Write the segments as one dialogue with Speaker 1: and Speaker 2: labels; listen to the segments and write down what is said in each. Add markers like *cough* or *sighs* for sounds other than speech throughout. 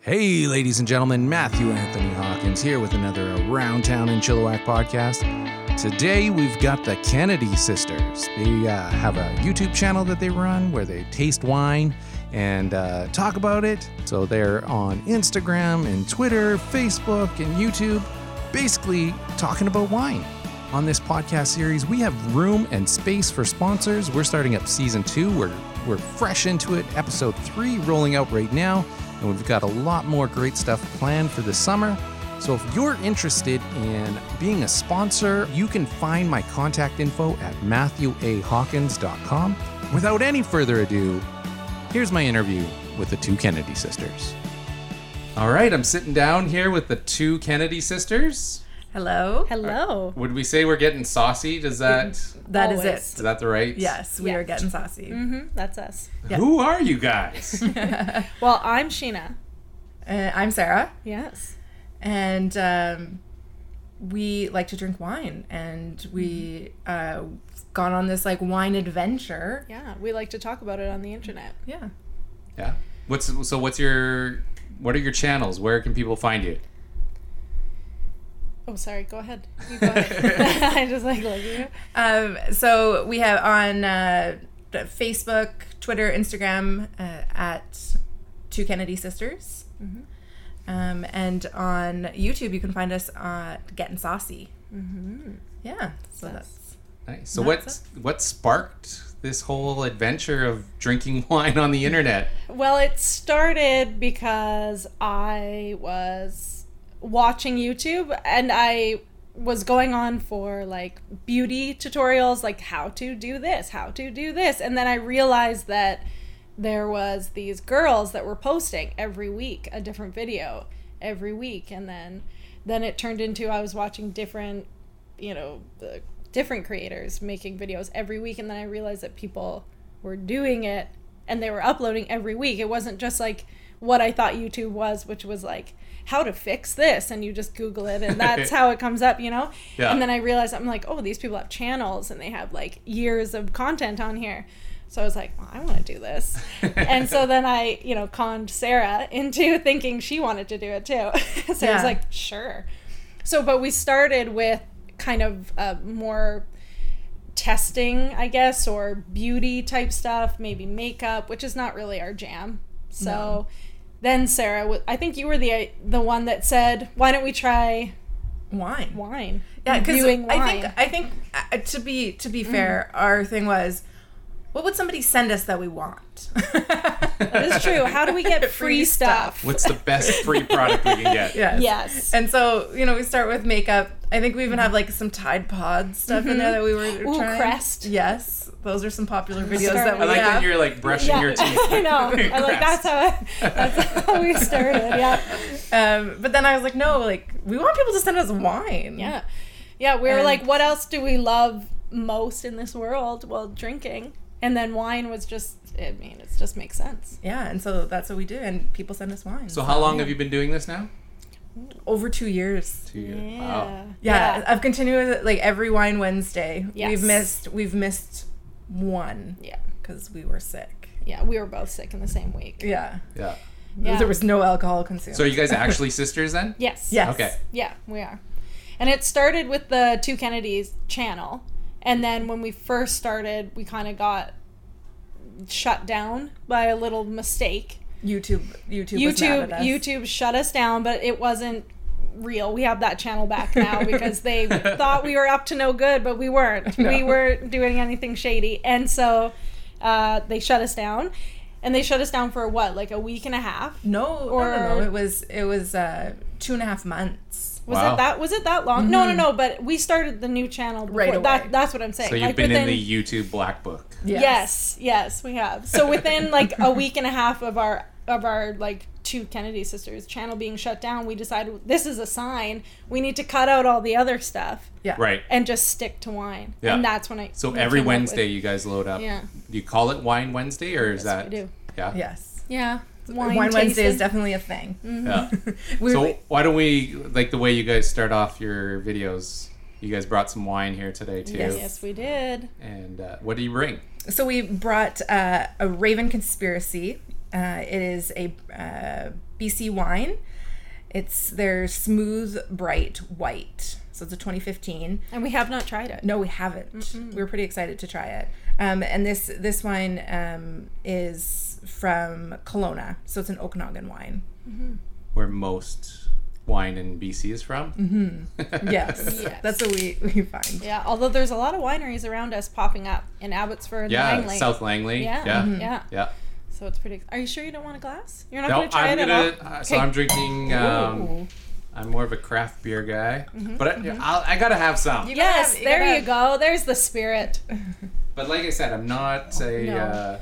Speaker 1: Hey, ladies and gentlemen, Matthew Anthony Hawkins here with another Around Town in Chilliwack podcast. Today we've got the Kennedy sisters. They uh, have a YouTube channel that they run where they taste wine and uh, talk about it. So they're on Instagram and Twitter, Facebook, and YouTube, basically talking about wine. On this podcast series, we have room and space for sponsors. We're starting up season two. We're we're fresh into it. Episode three rolling out right now, and we've got a lot more great stuff planned for the summer. So if you're interested in being a sponsor, you can find my contact info at matthewahawkins.com. Without any further ado, here's my interview with the two Kennedy sisters. All right, I'm sitting down here with the two Kennedy sisters.
Speaker 2: Hello.
Speaker 3: Hello.
Speaker 1: Would we say we're getting saucy? Does that is
Speaker 3: Mm-hmm.
Speaker 2: That is
Speaker 3: Always.
Speaker 2: it.
Speaker 1: that the right?
Speaker 2: Yes, we
Speaker 3: Yeah.
Speaker 2: are getting saucy.
Speaker 3: Mm-hmm. That's us. Yeah.
Speaker 1: Who are you
Speaker 3: *laughs*
Speaker 1: guys?
Speaker 3: Well, I'm Sheena.
Speaker 2: *laughs* Uh, I'm Sarah,
Speaker 3: Yes.
Speaker 2: and um, we like to drink wine, and we uh, gone on this like wine adventure.
Speaker 3: Yeah. We like to talk about it on the internet.
Speaker 2: Yeah.
Speaker 1: yeah. What's so? What's your? What are your channels? Where can people find you?
Speaker 3: Oh, sorry. Go ahead. You go ahead. *laughs* I just like looking. at you.
Speaker 2: Um, so we have on uh, Facebook, Twitter, Instagram uh, at Two Kennedy Sisters. Um, and on YouTube, you can find us at Getting Saucy. Mm-hmm. Yeah, so that's
Speaker 1: Nice. So what
Speaker 2: That's
Speaker 1: what sparked this whole adventure of drinking *laughs* wine on the internet?
Speaker 3: Well, it started because I was watching YouTube and I was going on for like beauty tutorials, like how to do this, how to do this. And then I realized that there was these girls that were posting every week a different video every week and then then it turned into I was watching different you know the different creators making videos every week and then i realized that people were doing it and they were uploading every week it wasn't just like what i thought youtube was which was like how to fix this and you just google it and that's how it comes up you know
Speaker 1: Yeah.
Speaker 3: and then i realized i'm like oh these people have channels and they have like years of content on here so i was like well, i want to do this and so then i you know conned sarah into *laughs* thinking she wanted to do it too *laughs* so i
Speaker 2: Yeah.
Speaker 3: was like sure so, but we started with kind of uh, more testing, I guess, or beauty type stuff, maybe makeup, which is not really our jam. So then Sarah, w- I think you were the the one that said, "Why don't we try
Speaker 2: wine.
Speaker 3: wine?"
Speaker 2: Yeah, because
Speaker 3: Reviewing
Speaker 2: I
Speaker 3: wine. Mm.
Speaker 2: think I think uh, to be to be fair, our thing was, what would somebody send us that we want? *laughs*
Speaker 3: it's true. How do we get free
Speaker 1: *laughs*
Speaker 3: stuff?
Speaker 1: What's the best free product we can get?
Speaker 2: *laughs* yes.
Speaker 3: Yes.
Speaker 2: And so you know, we start with makeup. I think we even have like some Tide Pod stuff in there that we were
Speaker 3: Mm-hmm. Ooh,
Speaker 2: trying.
Speaker 3: Crest.
Speaker 2: Yes, those are some popular videos that
Speaker 3: Start with-
Speaker 2: we
Speaker 1: I like
Speaker 2: have.
Speaker 1: when you're like brushing
Speaker 3: *laughs*
Speaker 1: your teeth. *laughs*
Speaker 3: I know. I like that's how I, that's how we started. Yeah.
Speaker 2: um, but then I was like, no, like we want people to send us wine.
Speaker 3: Yeah. Yeah, we were
Speaker 2: And-
Speaker 3: like, what else do we love most in this world? Well, drinking. And then wine was just, I mean, it just makes sense.
Speaker 2: Yeah, and so that's what we do, and people send us
Speaker 1: *laughs*
Speaker 2: wine.
Speaker 1: So how long have you been doing this now?
Speaker 2: over two years.
Speaker 1: Two years. Wow.
Speaker 3: Yeah.
Speaker 2: Yeah, I've continued like every wine Wednesday.
Speaker 3: Yes.
Speaker 2: We've missed we've missed one
Speaker 3: Yeah.
Speaker 2: because we were sick.
Speaker 3: Yeah. We were both sick in the same week.
Speaker 2: Yeah.
Speaker 1: Yeah.
Speaker 3: Yeah.
Speaker 2: there was no alcohol consumed.
Speaker 1: So are you guys
Speaker 3: *laughs*
Speaker 1: actually sisters then?
Speaker 3: yes.
Speaker 2: yes.
Speaker 1: Okay.
Speaker 3: Yeah, we are. And it started with the Two Kennedys channel. And then when we first started, we kind of got shut down by a little mistake.
Speaker 2: YouTube YouTube was mad
Speaker 3: YouTube
Speaker 2: at us.
Speaker 3: YouTube shut us down, but it wasn't real. We have that channel
Speaker 2: *laughs*
Speaker 3: back now because they thought we were up to no good, but we weren't. We
Speaker 2: No.
Speaker 3: weren't doing anything shady, and so uh, they shut us down. And they shut us down for what, like a week and a half?
Speaker 2: No, no, no, no.
Speaker 3: or-
Speaker 2: It was it was uh, two and a half months.
Speaker 3: Was
Speaker 1: Wow.
Speaker 3: it that? Was it that long? No, no, no. But we started the new channel before.
Speaker 2: Mm-hmm. Right away.
Speaker 3: That, that's what I'm saying.
Speaker 1: So you've
Speaker 3: Like,
Speaker 1: been in
Speaker 3: within-
Speaker 1: the YouTube black book.
Speaker 3: Yes, yes, we have. So within like a week and a half of our of our like two Kennedy sisters channel being shut down, we decided this is a sign. We need to cut out all the other stuff
Speaker 2: Yeah.
Speaker 1: Right.
Speaker 3: and just stick to wine.
Speaker 1: Yeah.
Speaker 3: And that's when I
Speaker 1: So
Speaker 3: we
Speaker 1: every
Speaker 3: came up with-
Speaker 1: Wednesday you guys load up.
Speaker 3: Yeah.
Speaker 1: Do you call it Wine Wednesday or is that?
Speaker 3: we do.
Speaker 1: Yeah.
Speaker 2: Yes.
Speaker 3: Yeah.
Speaker 2: Wine,
Speaker 3: Wine,
Speaker 2: Wednesday is
Speaker 3: tasting. Mm-hmm.
Speaker 2: definitely a thing.
Speaker 3: *laughs*
Speaker 1: Yeah.
Speaker 2: *laughs* We-
Speaker 1: So why don't we like the way you guys start off your videos? You guys brought some wine here today too.
Speaker 2: Yes.
Speaker 3: Yes, we did.
Speaker 1: And uh, what do you bring?
Speaker 2: so we brought uh, a Raven Conspiracy. Uh, it is a uh, BC wine. It's their smooth, bright white. So it's a 2015.
Speaker 3: And we have not tried it.
Speaker 2: No, we haven't. We were pretty excited to try it. Um, and this this wine um, is from Kelowna, so it's an Okanagan
Speaker 3: *laughs*
Speaker 2: wine.
Speaker 1: Where most wine in BC is from.
Speaker 3: Mm-hmm.
Speaker 2: Yes,
Speaker 3: Yes.
Speaker 2: that's what we we find.
Speaker 3: Yeah, although there's a lot of wineries around us popping up in Abbotsford,
Speaker 1: Yeah,
Speaker 3: Langley.
Speaker 1: South Langley.
Speaker 3: Yeah,
Speaker 1: Yeah.
Speaker 3: mhm,
Speaker 2: Mm-hmm.
Speaker 1: Yeah.
Speaker 3: yeah.
Speaker 1: Yeah.
Speaker 3: So it's pretty. Are you sure you don't want a glass? You're not
Speaker 1: No,
Speaker 3: gonna try
Speaker 1: I'm
Speaker 3: it
Speaker 1: gonna.
Speaker 3: at all.
Speaker 1: Uh, so
Speaker 3: Okay.
Speaker 1: I'm drinking. Um,
Speaker 2: Ooh.
Speaker 1: I'm more of a craft beer guy, but I, I'll, I gotta have some.
Speaker 2: You
Speaker 3: Yes,
Speaker 2: gotta-
Speaker 3: there
Speaker 2: gotta-
Speaker 3: Mm-hmm. you go. There's the spirit.
Speaker 1: But like I said, I'm not a.
Speaker 3: No.
Speaker 1: Uh,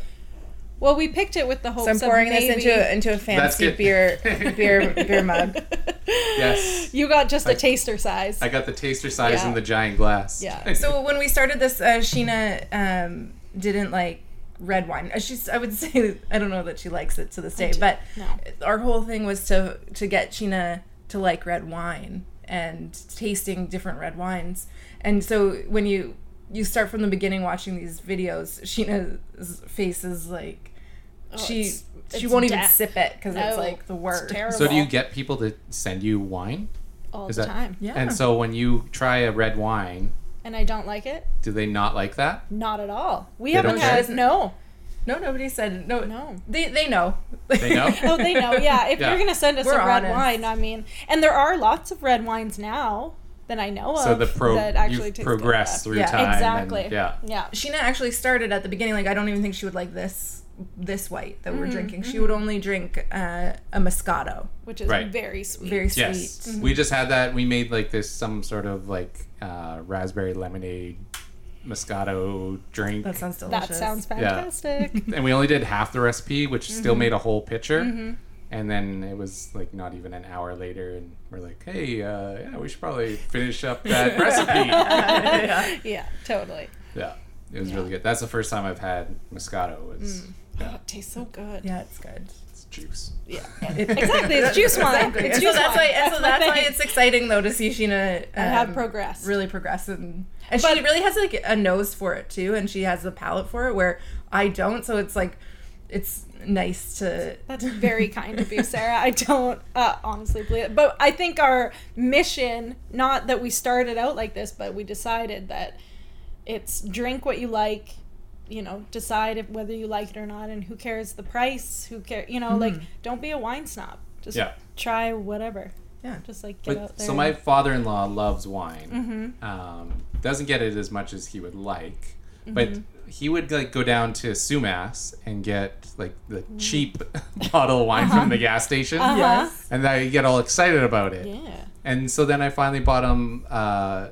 Speaker 3: Well, we picked it with the hopes
Speaker 2: So I'm pouring
Speaker 3: of
Speaker 2: this
Speaker 3: maybe...
Speaker 2: into into a fancy
Speaker 1: good.
Speaker 2: beer beer
Speaker 3: *laughs*
Speaker 2: beer mug.
Speaker 1: Yes.
Speaker 3: You got just the
Speaker 1: I-
Speaker 3: taster size.
Speaker 1: I got the taster size
Speaker 3: Yeah.
Speaker 1: in the giant glass. *laughs*
Speaker 3: Yeah.
Speaker 2: So when we started this, uh, Sheena um, didn't like red wine. Uh, She's I would *laughs* say I don't know that she likes it to this day, but
Speaker 3: no.
Speaker 2: our whole thing was to to get Sheena to like red wine and tasting different red wines. And so when you you start from the beginning watching these videos, Sheena's face is like Oh, she
Speaker 3: Oh, it's-
Speaker 2: she
Speaker 3: it's
Speaker 2: won't even
Speaker 3: death.
Speaker 2: sip it because
Speaker 3: No,
Speaker 2: it's like the
Speaker 3: it's
Speaker 2: worst.
Speaker 3: terrible.
Speaker 1: So do you get people to send you wine?
Speaker 3: all
Speaker 1: Is
Speaker 3: the
Speaker 1: that-
Speaker 3: time.
Speaker 2: Yeah.
Speaker 1: And so when you try a red wine,
Speaker 3: And I don't like it.
Speaker 1: do they not like that?
Speaker 3: Not at all. We
Speaker 1: They
Speaker 3: haven't
Speaker 1: don't
Speaker 3: had
Speaker 2: care?
Speaker 3: no,
Speaker 2: No, nobody said no.
Speaker 3: no.
Speaker 2: They they know.
Speaker 1: They
Speaker 2: *laughs*
Speaker 1: know?
Speaker 3: Oh, they know. Yeah, if
Speaker 1: Yeah.
Speaker 3: you're gonna send us
Speaker 2: We're
Speaker 3: a red
Speaker 2: honest.
Speaker 3: wine, I mean, and there are lots of red wines now that I know
Speaker 1: So
Speaker 3: of
Speaker 1: the pro
Speaker 3: that actually
Speaker 1: you've
Speaker 3: taste
Speaker 1: progressed
Speaker 3: Good.
Speaker 1: through
Speaker 2: Yeah.
Speaker 1: time. and-
Speaker 3: Exactly.
Speaker 1: yeah.
Speaker 3: Yeah.
Speaker 2: Sheena actually started at the beginning. Like I don't even think she would like this this white that
Speaker 3: Mm-hmm,
Speaker 2: we're drinking. She would only drink uh, a Moscato,
Speaker 3: Which is
Speaker 1: Right.
Speaker 3: very sweet. Mm-hmm.
Speaker 2: very sweet.
Speaker 1: Yes. Mm-hmm. We just had that. We made like this some sort of like uh, raspberry lemonade Moscato drink.
Speaker 2: That sounds delicious.
Speaker 3: that sounds fantastic.
Speaker 2: *laughs*
Speaker 3: *laughs*
Speaker 1: and we only did half the recipe, which
Speaker 3: Mm-hmm.
Speaker 1: still made a whole pitcher. And then it was like not even an hour later, and we're like, "Hey, uh, yeah, we should probably finish up
Speaker 3: *laughs*
Speaker 1: that recipe."
Speaker 2: yeah.
Speaker 3: yeah, totally.
Speaker 1: Yeah, it was really good. That's the first time I've had Moscato. It's,
Speaker 3: Oh, it tastes so good.
Speaker 2: yeah, it's good.
Speaker 1: it's juice.
Speaker 3: Yeah.
Speaker 2: *laughs*
Speaker 3: Exactly. It's juice wine.
Speaker 2: Exactly.
Speaker 3: It's
Speaker 2: And
Speaker 3: juice
Speaker 2: so that's
Speaker 3: wine.
Speaker 2: why.
Speaker 3: *laughs*
Speaker 2: And so
Speaker 3: my
Speaker 2: that's why
Speaker 3: thing.
Speaker 2: it's exciting though to see Sheena um,
Speaker 3: I have progressed.
Speaker 2: really progress and and she really has like a nose for it too, and she has a palate for it where I don't. So it's like it's nice to
Speaker 3: That's very kind of you, Sarah. I don't uh, honestly believe it. But I think our mission, not that we started out like this, but we decided that it's drink what you like, you know, decide if, whether you like it or not, and who cares the price, who care, you know, like
Speaker 2: Mm-hmm.
Speaker 3: don't be a wine snob. Just
Speaker 1: Yeah.
Speaker 3: try whatever.
Speaker 2: Yeah.
Speaker 3: Just like get out
Speaker 1: But,
Speaker 3: there. Mm-hmm.
Speaker 1: so my father-in-law loves wine. Um, doesn't get it as much as he would like, but
Speaker 3: Mm-hmm.
Speaker 1: he would like go down to Sumas and get like the cheap *laughs* bottle of wine from the gas station,
Speaker 3: Mm. uh-huh.
Speaker 2: Yes.
Speaker 1: and I get all excited about it.
Speaker 3: Yeah.
Speaker 1: And so then I finally bought him uh,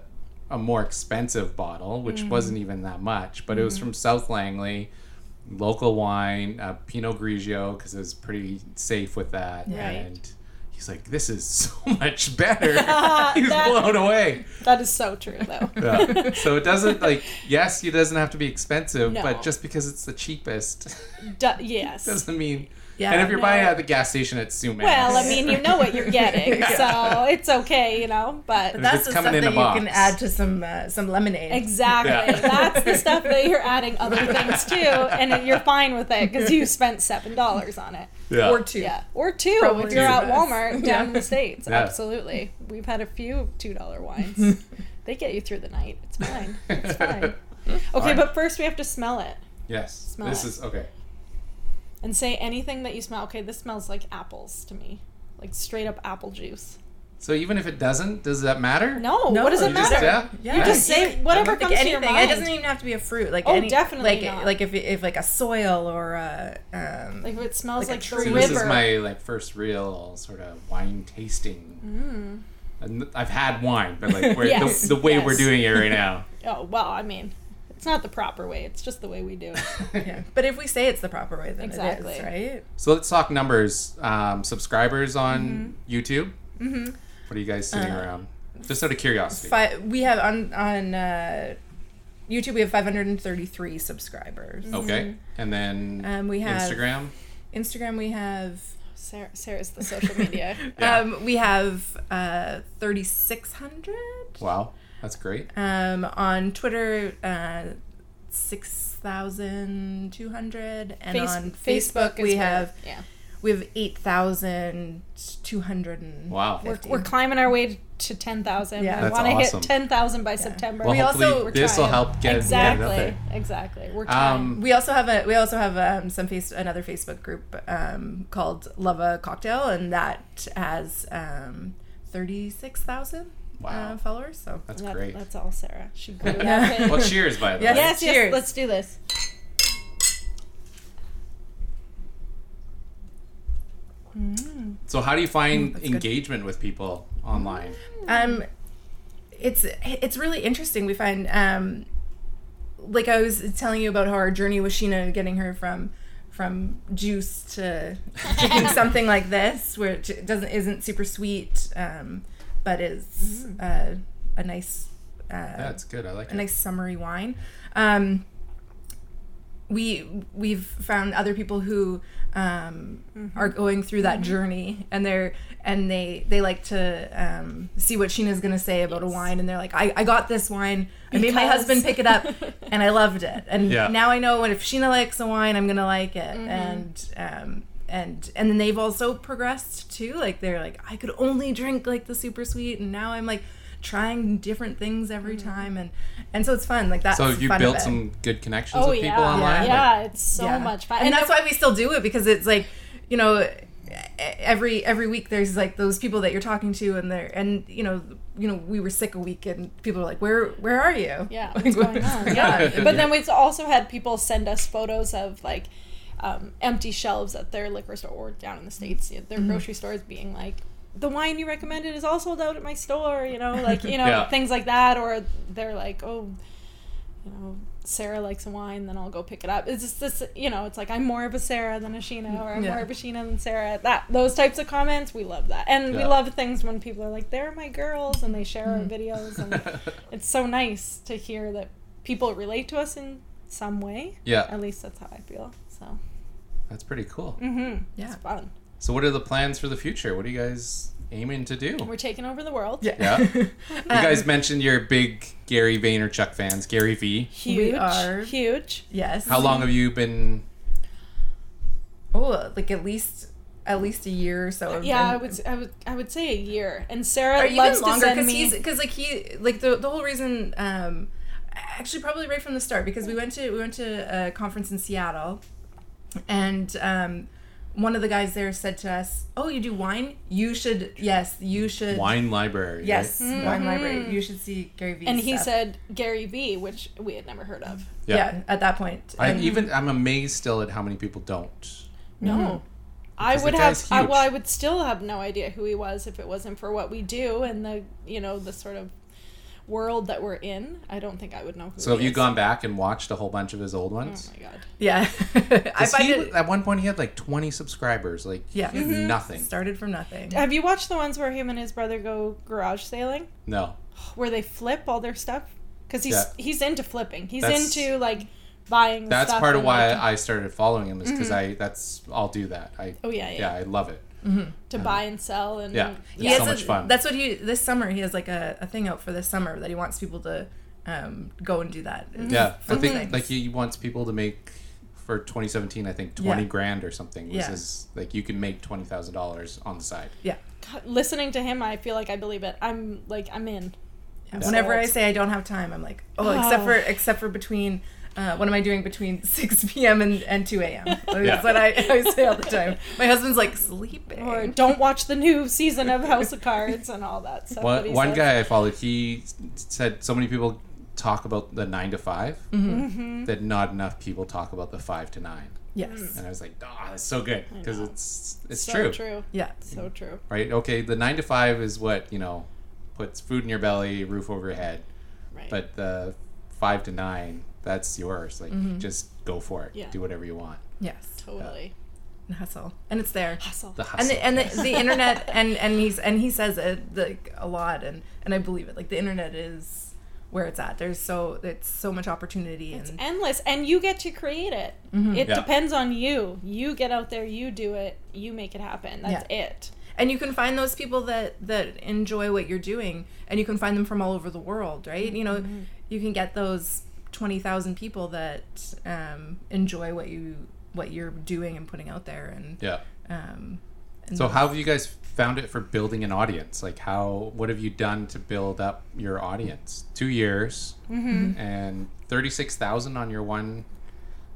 Speaker 1: a more expensive bottle,
Speaker 3: Mm-hmm.
Speaker 1: which wasn't even that much, but it was from South Langley, local wine, uh, Pinot Grigio, because it was pretty safe with that.
Speaker 2: Right.
Speaker 1: And he's like, this is *laughs* so much better. he's
Speaker 3: *laughs* That-
Speaker 1: blown away.
Speaker 3: That is so true, though.
Speaker 1: *laughs* Yeah. so it doesn't, like, yes, it doesn't have to be expensive,
Speaker 3: No.
Speaker 1: but just because it's the cheapest *laughs*
Speaker 3: Du- yes.
Speaker 1: doesn't mean.
Speaker 2: Yeah,
Speaker 1: and if you're buying it
Speaker 3: no.
Speaker 1: at the gas station at Sumas. *laughs*
Speaker 3: Well, I mean, you know what you're getting, so it's okay, you know, but
Speaker 1: If
Speaker 2: That's
Speaker 1: it's
Speaker 2: the stuff
Speaker 1: coming in
Speaker 2: that
Speaker 1: a
Speaker 2: you can
Speaker 1: box.
Speaker 2: add to some uh, some lemonade.
Speaker 3: Exactly.
Speaker 1: Yeah.
Speaker 3: That's the stuff that you're adding
Speaker 1: *laughs*
Speaker 3: other things to, and it- you're fine with it because you spent seven dollars on it.
Speaker 1: yeah.
Speaker 2: Or two.
Speaker 3: Yeah, or two
Speaker 2: Probably
Speaker 3: if you're
Speaker 2: two.
Speaker 3: at Walmart
Speaker 2: Yeah.
Speaker 3: down in the states.
Speaker 1: Yeah.
Speaker 3: Absolutely, we've had a few two dollar wines.
Speaker 1: *laughs*
Speaker 3: they get you through the night. It's fine. It's fine. Okay,
Speaker 1: right.
Speaker 3: but first we have to smell it
Speaker 1: Yes.
Speaker 3: Smell
Speaker 1: this
Speaker 3: it.
Speaker 1: is okay.
Speaker 3: and say anything that you smell. Okay, this smells like apples to me, like straight up apple juice.
Speaker 1: So even if it doesn't, does that matter?
Speaker 3: No,
Speaker 2: No,
Speaker 3: what does it
Speaker 2: you
Speaker 1: just-
Speaker 3: matter?
Speaker 1: yeah.
Speaker 2: Yeah.
Speaker 1: You
Speaker 3: just say whatever
Speaker 2: Like
Speaker 3: comes to
Speaker 2: anything.
Speaker 3: your mind.
Speaker 2: It doesn't even have to be a fruit. Like
Speaker 3: Oh,
Speaker 2: any,
Speaker 3: definitely
Speaker 2: like
Speaker 3: not.
Speaker 2: like if if like a soil or a um,
Speaker 3: like if it smells
Speaker 2: Like a
Speaker 3: like,
Speaker 2: tree.
Speaker 3: the
Speaker 1: So
Speaker 3: river.
Speaker 1: this is my like first real sort of wine tasting. And I've had wine, but like we're,
Speaker 3: Yes,
Speaker 1: the, the way we're
Speaker 3: yes.
Speaker 1: doing it right now. *laughs*
Speaker 3: Oh well, I mean, it's not the proper way. It's just the way we do it.
Speaker 2: yeah. But if we say it's the proper way, then it
Speaker 3: Exactly.
Speaker 2: is right.
Speaker 1: So let's talk numbers. Um, subscribers on YouTube. Mm-hmm. What are you guys sitting around? Just out of curiosity.
Speaker 2: Five, we have on on uh, YouTube we have 533 subscribers.
Speaker 1: Okay, and then
Speaker 2: Um, we have-
Speaker 1: Oh. Instagram.
Speaker 2: Instagram we have
Speaker 3: Sarah, Sarah's the
Speaker 2: *laughs*
Speaker 3: social media.
Speaker 1: Yeah.
Speaker 2: um, we have uh, 3600.
Speaker 1: Wow, that's great.
Speaker 2: Um, on Twitter, uh, six thousand two hundred, and
Speaker 3: Face-
Speaker 2: on Facebook,
Speaker 3: is
Speaker 2: we
Speaker 3: where-
Speaker 2: have
Speaker 3: yeah.
Speaker 2: we have 8,200.
Speaker 1: Wow.
Speaker 3: We're, we're climbing our way to 10,000.
Speaker 2: Yeah.
Speaker 3: I
Speaker 2: That's
Speaker 3: want to
Speaker 1: awesome.
Speaker 3: hit 10,000 by September.
Speaker 1: Well,
Speaker 2: We also-
Speaker 1: hopefully
Speaker 2: we're
Speaker 1: this will
Speaker 3: trying.
Speaker 1: help get,
Speaker 3: exactly.
Speaker 1: get it up
Speaker 3: Exactly. We're
Speaker 1: there.
Speaker 3: trying.
Speaker 1: Um,
Speaker 2: We also have a we also have um, some face another Facebook group um, called Love a Cocktail, and that has um, thirty six thousand
Speaker 1: Wow.
Speaker 2: uh, followers. So
Speaker 1: that's
Speaker 3: That-
Speaker 1: great.
Speaker 3: That's all, Sarah.
Speaker 2: *laughs*
Speaker 3: She grew up.
Speaker 2: Yeah.
Speaker 3: in-
Speaker 1: well, cheers, by the
Speaker 2: Yes.
Speaker 1: way.
Speaker 3: yes, yes.
Speaker 2: Cheers.
Speaker 3: Let's do this.
Speaker 1: So, how do you find
Speaker 2: Mm, that's good.
Speaker 1: engagement with people online?
Speaker 2: um, it's it's really interesting. We find um, like I was telling you about how our journey with Sheena, getting her from from juice to drinking something like this, which doesn't isn't super sweet, um, but is uh, a nice. Uh,
Speaker 1: That's good. I like
Speaker 2: a
Speaker 1: it.
Speaker 2: nice summery wine. Um, we we've found other people who um, are going through that journey, and they're and they they like to um, see what Sheena's gonna say about a wine, and they're like, I, I got this wine. I made my
Speaker 3: Because-
Speaker 2: husband pick it up, and I loved it. And
Speaker 1: Yeah.
Speaker 2: now I know what if Sheena likes a wine, I'm gonna like it.
Speaker 3: Mm-hmm.
Speaker 2: And um, and and then they've also progressed too. Like they're like, I could only drink like the super sweet, and now I'm like trying different things every
Speaker 3: Mm-hmm.
Speaker 2: time, and and so it's fun. Like that's
Speaker 1: So, you
Speaker 2: fun of
Speaker 1: built
Speaker 2: it.
Speaker 1: some good connections
Speaker 3: Oh,
Speaker 1: with
Speaker 3: yeah.
Speaker 1: people online?
Speaker 3: Yeah, it's so
Speaker 2: Yeah.
Speaker 3: much fun.
Speaker 2: and, that's why we still do it because it's like you know e- every every week there's like those people that you're talking to and they're and you know you know we were sick a week and people are like where where are you
Speaker 3: Yeah,
Speaker 1: *laughs*
Speaker 2: Like,
Speaker 3: what's going on? Yeah.
Speaker 1: Yeah.
Speaker 3: But then we've also had people send us photos of like um, empty shelves at their liquor store or down in the States, you know,
Speaker 1: Mm-hmm.
Speaker 3: their grocery stores being like, the wine you recommended is all sold out at my store, you know, like,
Speaker 1: *laughs*
Speaker 3: you know,
Speaker 1: Yeah.
Speaker 3: things like that. Or they're like, oh, you know, Sarah likes a wine, then I'll go pick it up. It's just this, you know, it's like I'm more of a Sarah than a Sheena, or I'm
Speaker 2: Yeah.
Speaker 3: more of a Sheena than Sarah. That those types of comments, we love that, and we
Speaker 1: Yeah. Mm-hmm.
Speaker 3: love things when people are like, "They're my girls," and they share our
Speaker 1: *laughs*
Speaker 3: videos, and it's so nice to hear that people relate to us in some way.
Speaker 1: *laughs* yeah.
Speaker 3: At least that's how I feel. So
Speaker 1: That's pretty cool.
Speaker 2: yeah
Speaker 3: fun.
Speaker 1: So, what are the plans for the future? What are you guys aiming to do?
Speaker 3: We're taking over the world.
Speaker 2: yeah, *laughs*
Speaker 1: Yeah. You
Speaker 2: Um,
Speaker 1: guys mentioned you're big Gary Vaynerchuk fans, Gary V.
Speaker 3: Huge,
Speaker 2: are-
Speaker 3: huge.
Speaker 2: yes
Speaker 1: How long have you been?
Speaker 2: oh like at least at least a year or so of-
Speaker 3: Yeah, I
Speaker 2: and-
Speaker 3: would, I would, I would say a year. And Sarah
Speaker 2: or
Speaker 3: loves
Speaker 2: even
Speaker 3: to
Speaker 2: longer
Speaker 3: send
Speaker 2: because
Speaker 3: me.
Speaker 2: he's because like he like the the whole reason um actually probably right from the start because we went to we went to a conference in Seattle and um one of the guys there said to us oh you do wine you should yes you should
Speaker 1: Wine library.
Speaker 2: yes
Speaker 1: right?
Speaker 2: wine library you should see Gary Vee
Speaker 3: Mm-hmm. and he
Speaker 2: stuff.
Speaker 3: said Gary V, which we had never heard of.
Speaker 1: Yeah.
Speaker 2: yeah. at that point
Speaker 1: I
Speaker 2: And-
Speaker 1: even I'm amazed still at how many people don't.
Speaker 2: Mm-hmm.
Speaker 3: No. I
Speaker 1: Because
Speaker 3: would
Speaker 1: the
Speaker 3: have
Speaker 1: guy's
Speaker 3: I,
Speaker 1: huge.
Speaker 3: well I would still have no idea who he was if it wasn't for what we do and the you know the sort of world that we're in. I don't think I would know who
Speaker 1: So have
Speaker 3: he
Speaker 1: you
Speaker 3: is.
Speaker 1: gone back and watched a whole bunch of his old
Speaker 3: Oh
Speaker 1: ones?
Speaker 3: my god.
Speaker 2: yeah Mm. *laughs* I
Speaker 1: 'Cause
Speaker 2: find
Speaker 1: he-
Speaker 2: it
Speaker 1: at one point he had like 20 subscribers, like
Speaker 2: Yeah. Mm-hmm.
Speaker 1: he had nothing.
Speaker 2: started from nothing
Speaker 3: Have you watched the ones where him and his brother go garage sailing
Speaker 1: No,
Speaker 3: where they flip all their stuff? Cuz he's
Speaker 1: Yeah.
Speaker 3: he's into flipping. He's
Speaker 1: That's-
Speaker 3: into like buying
Speaker 1: that's
Speaker 3: stuff
Speaker 1: part of
Speaker 3: and,
Speaker 1: why
Speaker 3: like, Mm-hmm.
Speaker 1: I started following him is because I that's I'll do that. I
Speaker 3: Oh yeah, yeah.
Speaker 1: yeah I love it.
Speaker 3: To buy and sell and
Speaker 1: Yeah, it's
Speaker 2: He
Speaker 1: so
Speaker 2: has a-
Speaker 1: much fun.
Speaker 2: That's what he this summer he has like a, a thing out for this summer that he wants people to um, go and do that.
Speaker 3: Mm-hmm.
Speaker 1: yeah, I think
Speaker 2: things.
Speaker 1: like he wants people to make for 2017. I think 20
Speaker 2: Yeah.
Speaker 1: grand or something. This
Speaker 2: Yeah.
Speaker 1: is like you can make twenty thousand dollars on the side.
Speaker 2: Yeah.
Speaker 3: listening to him I feel like I believe it. I'm like I'm in.
Speaker 2: Whenever I
Speaker 3: Sold.
Speaker 2: say I don't have time, I'm like, oh,
Speaker 3: Oh.
Speaker 2: except for except for between uh, what am I doing between *laughs* 6 p.m. and, and
Speaker 1: *laughs*
Speaker 2: 2 a.m. That's
Speaker 1: Yeah.
Speaker 2: what I, I say all the time. My husband's like sleeping.
Speaker 3: Or don't watch the new *laughs* season of House of
Speaker 1: *laughs*
Speaker 3: Cards and all that stuff. that
Speaker 1: One,
Speaker 3: he
Speaker 1: one
Speaker 3: says.
Speaker 1: guy I followed, he s- said so many people talk about the nine to 5
Speaker 3: Mm-hmm.
Speaker 1: Mm-hmm. that not enough people talk about the five to nine.
Speaker 2: yes.
Speaker 1: And I was like, ah, that's so good because it's it's
Speaker 3: Mm. so
Speaker 1: true,
Speaker 3: true.
Speaker 2: Yeah.
Speaker 3: So true.
Speaker 1: right? Okay, the nine to five is what you know puts food in your belly, roof over your head,
Speaker 3: Right.
Speaker 1: but the five to nine, that's yours. Like,
Speaker 2: Mm-hmm.
Speaker 1: just go for it.
Speaker 3: Yeah.
Speaker 1: Do whatever you want.
Speaker 2: Yes.
Speaker 3: totally.
Speaker 2: And hustle. And it's there.
Speaker 3: Hustle.
Speaker 1: The
Speaker 2: And
Speaker 1: hustle.
Speaker 2: the, e- and the, the internet and and he's and he says it like a lot and and I believe it. Like the internet is where it's at. There's so it's so much opportunity and
Speaker 3: Endless, and you get to create it. It
Speaker 1: Yeah.
Speaker 3: depends on you. You get out there, you do it, you make it happen. That's it.
Speaker 2: and you can find those people that that enjoy what you're doing and you can find them from all over the world right you know
Speaker 3: Mm-hmm.
Speaker 2: you can get those 20,000 people that um, enjoy what you what you're doing and putting out there and
Speaker 1: Yeah.
Speaker 2: um and
Speaker 1: So how have you guys found it for building an audience? Like how what have you done to build up your audience? 2 years
Speaker 2: Mm-hmm.
Speaker 1: and 36,000 on your one